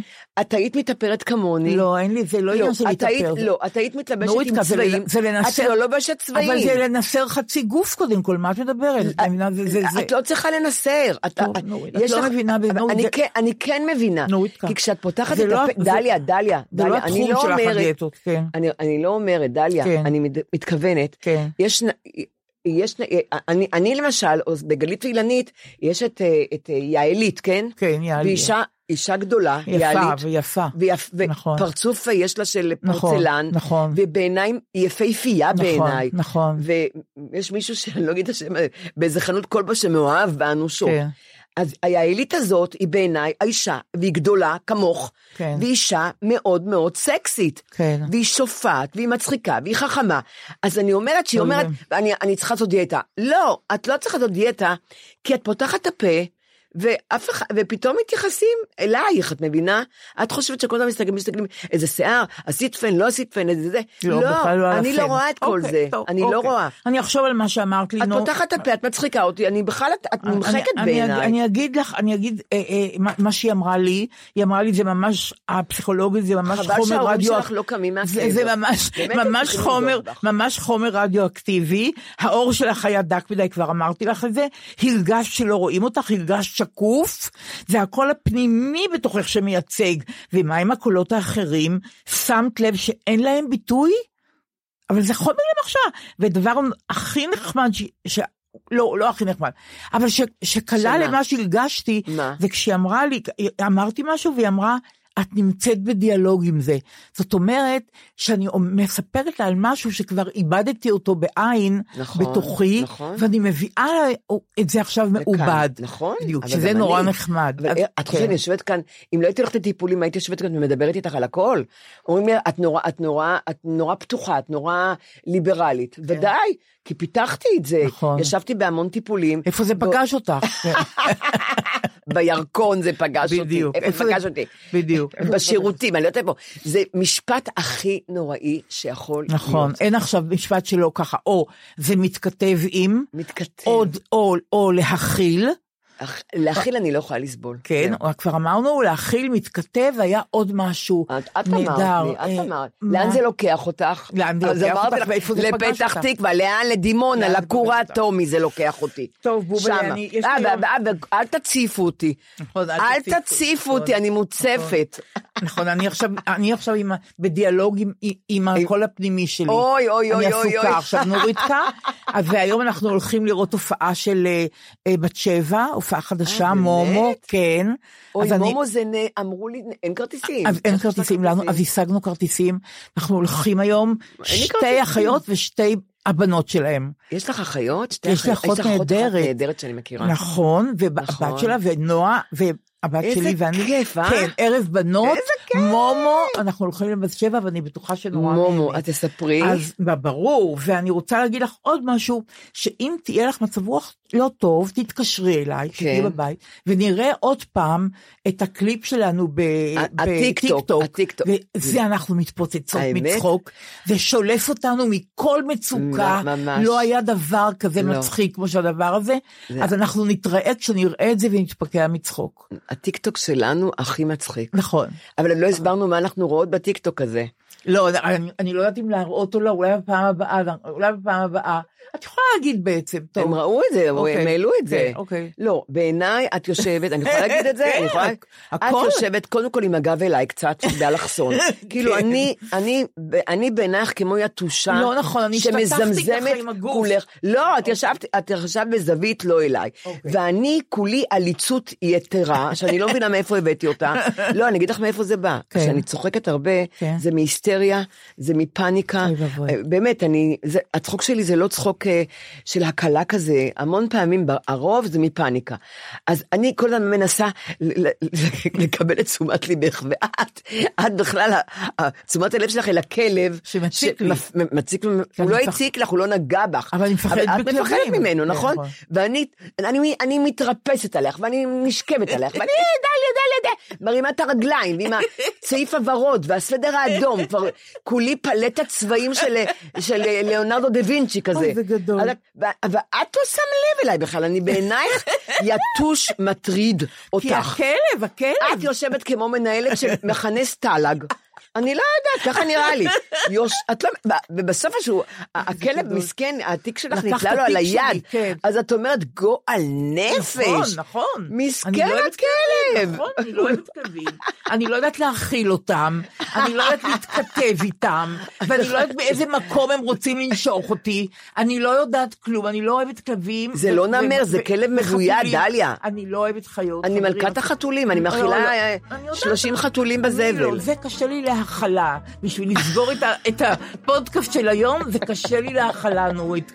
Speaker 4: את היית מתאפרת כמוני.
Speaker 3: לא, אין לי, זה לא עניין של
Speaker 4: את
Speaker 3: להתאפר.
Speaker 4: היית-
Speaker 3: זה-
Speaker 4: לא, את היית מתלבשת
Speaker 3: נורית,
Speaker 4: עם
Speaker 3: זה
Speaker 4: צבעים.
Speaker 3: לנ- זה לנסר-
Speaker 4: את לא לובשת צבעים.
Speaker 3: אבל זה לנסר חצי גוף קודם כל, מה את מדברת? את מבינה, זה- זה- זה-
Speaker 4: את לא צריכה לנסר. את,
Speaker 3: טוב,
Speaker 4: את-
Speaker 3: נורית,
Speaker 4: יש
Speaker 3: את לא
Speaker 4: לך-
Speaker 3: מבינה ב-
Speaker 4: אבל
Speaker 3: נורית,
Speaker 4: אני,
Speaker 3: זה-
Speaker 4: כן, אני כן מבינה.
Speaker 3: נורית, כך.
Speaker 4: כי כשאת פותחת
Speaker 3: זה
Speaker 4: את
Speaker 3: לא-
Speaker 4: הפה,
Speaker 3: זה-
Speaker 4: דליה, דליה,
Speaker 3: זה לא
Speaker 4: דליה, אני
Speaker 3: התחום
Speaker 4: לא
Speaker 3: שלך
Speaker 4: אומרת,
Speaker 3: הדיאטות, כן.
Speaker 4: אני, אני לא אומרת, דליה,
Speaker 3: כן.
Speaker 4: אני מת- מתכוונת,
Speaker 3: כן.
Speaker 4: יש, נ- יש, נ- אני, אני למשל, או בגלית ואילנית, יש את, אה, את אה, יעלית, כן?
Speaker 3: כן, יעלי.
Speaker 4: ואישה, אישה גדולה,
Speaker 3: יפה
Speaker 4: יעלית,
Speaker 3: ויפה.
Speaker 4: ויפ,
Speaker 3: נכון.
Speaker 4: ופרצוף אה, יש לה של
Speaker 3: נכון,
Speaker 4: פורצלן,
Speaker 3: נכון.
Speaker 4: ובעיניים יפהפייה
Speaker 3: נכון,
Speaker 4: בעיניי.
Speaker 3: נכון.
Speaker 4: ויש מישהו שאני לא אגיד את השם, אה, באיזה חנות כלבה שמאוהב באנו שוב.
Speaker 3: כן.
Speaker 4: אז היעלית הזאת היא בעיניי האישה, והיא גדולה כמוך,
Speaker 3: כן.
Speaker 4: והיא אישה מאוד מאוד סקסית.
Speaker 3: כן.
Speaker 4: והיא שופעת, והיא מצחיקה, והיא חכמה. אז אני אומרת שהיא אומרת,
Speaker 3: אוי.
Speaker 4: אני, אני צריכה לעשות דיאטה. לא, את לא צריכה לעשות דיאטה, כי את פותחת את הפה, ואף אחד, ופתאום מתייחסים אלייך, את מבינה? את חושבת שכל הזמן מסתכלים, מסתכלים, איזה שיער, עשית פן, לא עשית פן, איזה זה.
Speaker 3: לא, בכלל לא על
Speaker 4: אני לא
Speaker 3: הפן.
Speaker 4: רואה את כל
Speaker 3: אוקיי,
Speaker 4: זה,
Speaker 3: טוב,
Speaker 4: אני לא
Speaker 3: אוקיי.
Speaker 4: רואה.
Speaker 3: אני אחשוב על מה שאמרת לי,
Speaker 4: את
Speaker 3: נו.
Speaker 4: פותחת את הפה, את מצחיקה אותי, אני בכלל, את- את
Speaker 3: אני-
Speaker 4: נמחקת
Speaker 3: אני- אני-
Speaker 4: בעיניי.
Speaker 3: אני אגיד לך, אני אגיד אה, אה, מה- מה שהיא אמרה לי, היא אמרה לי זה ממש, הפסיכולוגית זה ממש
Speaker 4: חבל
Speaker 3: חומר
Speaker 4: שההורים
Speaker 3: רדיו.
Speaker 4: שלך לא קמים
Speaker 3: זה,
Speaker 4: מהקבר.
Speaker 3: זה ממש,
Speaker 4: באמת הם
Speaker 3: ממש
Speaker 4: צריכים
Speaker 3: חומר,
Speaker 4: לדאוג לך.
Speaker 3: ממש חומר רדיואקטיבי, האור שלך היה דק מדי, כבר אמרתי לך את זה, הרגשת שלא רואים אותך, הרגשת שקוף, זה הקול הפנימי בתוכך שמייצג, ומה עם הקולות האחרים? שמת לב שאין להם ביטוי? אבל זה חומר למחשבה, ודבר הכי נחמד, ש... ש... לא, לא הכי נחמד, אבל ש... שקלה
Speaker 4: שמה?
Speaker 3: למה שהרגשתי,
Speaker 4: מה?
Speaker 3: זה כשהיא אמרה לי, אמרתי משהו והיא אמרה, את נמצאת בדיאלוג עם זה. זאת אומרת, שאני מספרת לה על משהו שכבר איבדתי אותו בעין,
Speaker 4: נכון,
Speaker 3: בתוכי,
Speaker 4: נכון.
Speaker 3: ואני מביאה לה את זה עכשיו מעובד.
Speaker 4: נכון,
Speaker 3: בדיוק,
Speaker 4: אבל
Speaker 3: שזה
Speaker 4: גם
Speaker 3: נורא
Speaker 4: אני.
Speaker 3: נחמד.
Speaker 4: אבל אה,
Speaker 3: אז- כן.
Speaker 4: את חושבת שאני יושבת כאן, אם לא הייתי הולכת לטיפולים, הייתי יושבת כאן ומדברת איתך על הכל. אומרים לי, את נורא, את נורא, את נורא פתוחה, את נורא ליברלית. ודאי, כי פיתחתי את זה.
Speaker 3: כן. נכון.
Speaker 4: ישבתי בהמון טיפולים,
Speaker 3: איפה זה פגש אותך? כן,
Speaker 4: בירקון זה פגש אותי.
Speaker 3: בדיוק.
Speaker 4: איפה
Speaker 3: זה-
Speaker 4: פגש אותי?
Speaker 3: בדיוק.
Speaker 4: בשירותים, אני לא יודעת איפה. זה משפט הכי נוראי שיכול להיות.
Speaker 3: נכון, אין עכשיו משפט שלא ככה, או זה מתכתב עם,
Speaker 4: מתכתב.
Speaker 3: עוד, או, או להכיל,
Speaker 4: אך- להכיל אני לא יכולה לסבול.
Speaker 3: כן, או כבר אמרנו, להכיל מתכתב, היה עוד משהו
Speaker 4: את, את
Speaker 3: נהדר.
Speaker 4: אמרת לי, את
Speaker 3: אה,
Speaker 4: אמרת.
Speaker 3: מה?
Speaker 4: לאן זה לא- לוקח אותך?
Speaker 3: לאן זה
Speaker 4: אז
Speaker 3: לוקח
Speaker 4: אמרתי
Speaker 3: אותך
Speaker 4: לך,
Speaker 3: ואיפה זה פגש
Speaker 4: לפתח
Speaker 3: אותך?
Speaker 4: תקווה, לאן? לדימונה,
Speaker 3: לאן זה
Speaker 4: לכור
Speaker 3: פגש אותך?
Speaker 4: האטומי זה לוקח אותי.
Speaker 3: טוב, בובל,
Speaker 4: שמה.
Speaker 3: אני- יש
Speaker 4: אה,
Speaker 3: לי
Speaker 4: ב-
Speaker 3: יום-
Speaker 4: ב- ב- אל תציפו אותי.
Speaker 3: נכון,
Speaker 4: אל
Speaker 3: נכון,
Speaker 4: תציפו אותי, אני מוצפת.
Speaker 3: נכון, אני עכשיו, אני עכשיו עם, ה- בדיאלוג עם, עם- עם הקול הפנימי שלי.
Speaker 4: אוי, אוי,
Speaker 3: נכון.
Speaker 4: אוי,
Speaker 3: אני
Speaker 4: אוי, אוי.
Speaker 3: עסוקה עכשיו, נורידקה, והיום אנחנו הולכים לראות הופעה של אה, אה, בת שבע, הופעה חדשה,
Speaker 4: אה, באמת?
Speaker 3: מומו, כן.
Speaker 4: אוי,
Speaker 3: אז אני-
Speaker 4: מומו זה, נ- אמרו לי, אין כרטיסים.
Speaker 3: אז אין
Speaker 4: איך יש לך
Speaker 3: כרטיסים לנו, אז השגנו כרטיסים. אנחנו הולכים היום,
Speaker 4: אין לי
Speaker 3: שתי
Speaker 4: כרטיסים.
Speaker 3: אחיות ושתי הבנות שלהם.
Speaker 4: יש לך אחיות? שתי
Speaker 3: יש לי אחות
Speaker 4: אחיות? יש לך אחת
Speaker 3: נהדרת.
Speaker 4: נהדרת שאני מכירה.
Speaker 3: נכון,
Speaker 4: נכון.
Speaker 3: והבת שלה ונועה, והבת
Speaker 4: איזה
Speaker 3: שלי ואני.
Speaker 4: כיף, אה?
Speaker 3: כן, ערב בנות,
Speaker 4: איזה כיף.
Speaker 3: מומו, אנחנו הולכים לבת שבע ואני בטוחה שנורא
Speaker 4: מומו,
Speaker 3: נהנית.
Speaker 4: את תספרי.
Speaker 3: אז ברור, ואני רוצה להגיד לך עוד משהו, שאם תהיה לך מצב רוח לא טוב, תתקשרי אליי, שתהיי
Speaker 4: כן.
Speaker 3: בבית, ונראה עוד פעם את הקליפ שלנו ב-
Speaker 4: ה-
Speaker 3: בטיקטוק.
Speaker 4: הטיקטוק, הטיקטוק.
Speaker 3: וזה אנחנו מתפוצצות
Speaker 4: האמת?
Speaker 3: מצחוק, זה שולף אותנו מכל מצוקה,
Speaker 4: מ- ממש.
Speaker 3: לא היה דבר כזה
Speaker 4: לא.
Speaker 3: מצחיק כמו שהדבר הזה, אז אנחנו נתראה כשנראה את זה ונתפקע מצחוק.
Speaker 4: הטיקטוק שלנו הכי מצחיק.
Speaker 3: נכון.
Speaker 4: אבל לא הסברנו מה אנחנו רואות בטיקטוק הזה.
Speaker 3: לא, אני, אני לא יודעת אם להראות או לא, אולי בפעם הבאה, אולי בפעם הבאה. את יכולה להגיד בעצם, טוב.
Speaker 4: הם ראו את זה, הם
Speaker 3: אוקיי.
Speaker 4: הם העלו את זה.
Speaker 3: כן, אוקיי.
Speaker 4: לא, בעיניי את יושבת, אני יכולה להגיד את זה?
Speaker 3: כן,
Speaker 4: אני יכולה... את
Speaker 3: הכל.
Speaker 4: יושבת קודם כל עם הגב אליי קצת, באלכסון. כאילו,
Speaker 3: כן.
Speaker 4: אני, אני, אני בעינייך כמו יתושה.
Speaker 3: לא נכון, אני השתטחתי ככה
Speaker 4: שמזמזמת
Speaker 3: עם הגוף.
Speaker 4: כולך. לא, את ישבת, את ישבת בזווית לא אליי.
Speaker 3: אוקיי.
Speaker 4: ואני כולי עליצות יתרה, שאני לא מבינה מאיפה הבאתי אותה. לא, אני אגיד לך מאיפה זה בא.
Speaker 3: כן.
Speaker 4: כשאני צוחקת הרבה,
Speaker 3: כן.
Speaker 4: זה מהיסטריה, זה מפאניקה.
Speaker 3: אוי ואבוי.
Speaker 4: אה, באמת, אני, זה, הצחוק שלי זה לא צחוק אה, של הקלה כזה, המון פעמים, ב- הרוב זה מפאניקה. אז אני כל הזמן מנסה ל- ל- לקבל את תשומת ליבך, ואת, את בכלל, ה- ה- תשומת הלב שלך אל הכלב.
Speaker 3: שמציק לי.
Speaker 4: שמפ- מ- מציק, לו,
Speaker 3: כי
Speaker 4: הוא
Speaker 3: אני
Speaker 4: לא
Speaker 3: מפח-
Speaker 4: הציק לך, הוא לא נגע בך.
Speaker 3: אבל אני מפחדת
Speaker 4: אבל את
Speaker 3: בכלבים.
Speaker 4: מפחדת ממנו,
Speaker 3: כן,
Speaker 4: נכון?
Speaker 3: נכון.
Speaker 4: ואני אני, אני מתרפסת עליך, ואני נשכבת עליך, ואני "אה, דליה, דליה, דליה, מרימה את הרגליים, ועם הצעיף הוורוד והסוודר האדום, כבר כולי פלט הצבעים של, של ליאונרדו דה וינצ'י כזה.
Speaker 3: אוי, זה זה גדול.
Speaker 4: על ה- ו- ואת לא שם לב אליי בכלל, אני בעינייך יתוש מטריד
Speaker 3: כי
Speaker 4: אותך.
Speaker 3: הכלב,
Speaker 4: את
Speaker 3: הכלב.
Speaker 4: יושבת כמו מנהלת של מכנס תל"ג. אני לא יודעת, ככה נראה לי. יוש, את לא, ובסוף השבוע, הכלב
Speaker 3: גדול.
Speaker 4: מסכן, התיק שלך
Speaker 3: לקח
Speaker 4: נתלה
Speaker 3: את
Speaker 4: לו על
Speaker 3: התיק שלי,
Speaker 4: היד.
Speaker 3: כן.
Speaker 4: אז את אומרת, גועל נפש.
Speaker 3: נכון, נכון.
Speaker 4: מסכן
Speaker 3: אני לא אוהבת
Speaker 4: הכלב.
Speaker 3: נכון, אני לא אוהבת כלבים, אני לא יודעת להאכיל אותם, אני לא יודעת להתכתב איתם, ואני לא יודעת באיזה מקום הם רוצים לנשוך אותי, אני לא יודעת כלום, אני לא אוהבת כלבים.
Speaker 4: זה
Speaker 3: ו-
Speaker 4: לא
Speaker 3: ו-
Speaker 4: נמר,
Speaker 3: ו-
Speaker 4: זה
Speaker 3: ו-
Speaker 4: כלב מבוית,
Speaker 3: וחתולים.
Speaker 4: דליה.
Speaker 3: אני לא אוהבת חיות.
Speaker 4: אני
Speaker 3: חברים.
Speaker 4: מלכת החתולים, אני
Speaker 3: לא, לא,
Speaker 4: מאכילה אה,
Speaker 3: אני יודעת,
Speaker 4: 30 חתולים
Speaker 3: אני
Speaker 4: בזבל.
Speaker 3: לא, זה קשה לי להכלה, בשביל לסגור את, ה, את הפודקאסט של היום, זה קשה לי להכלה, נורית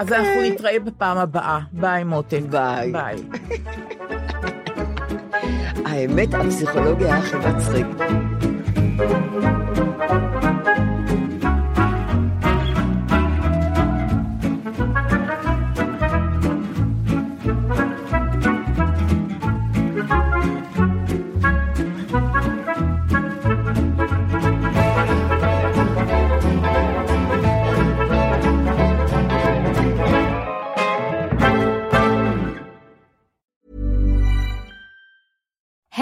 Speaker 3: אז אנחנו נתראה בפעם הבאה. ביי מותק.
Speaker 4: ביי.
Speaker 3: ביי.
Speaker 4: האמת, הפסיכולוגיה היה הכי מצחיק.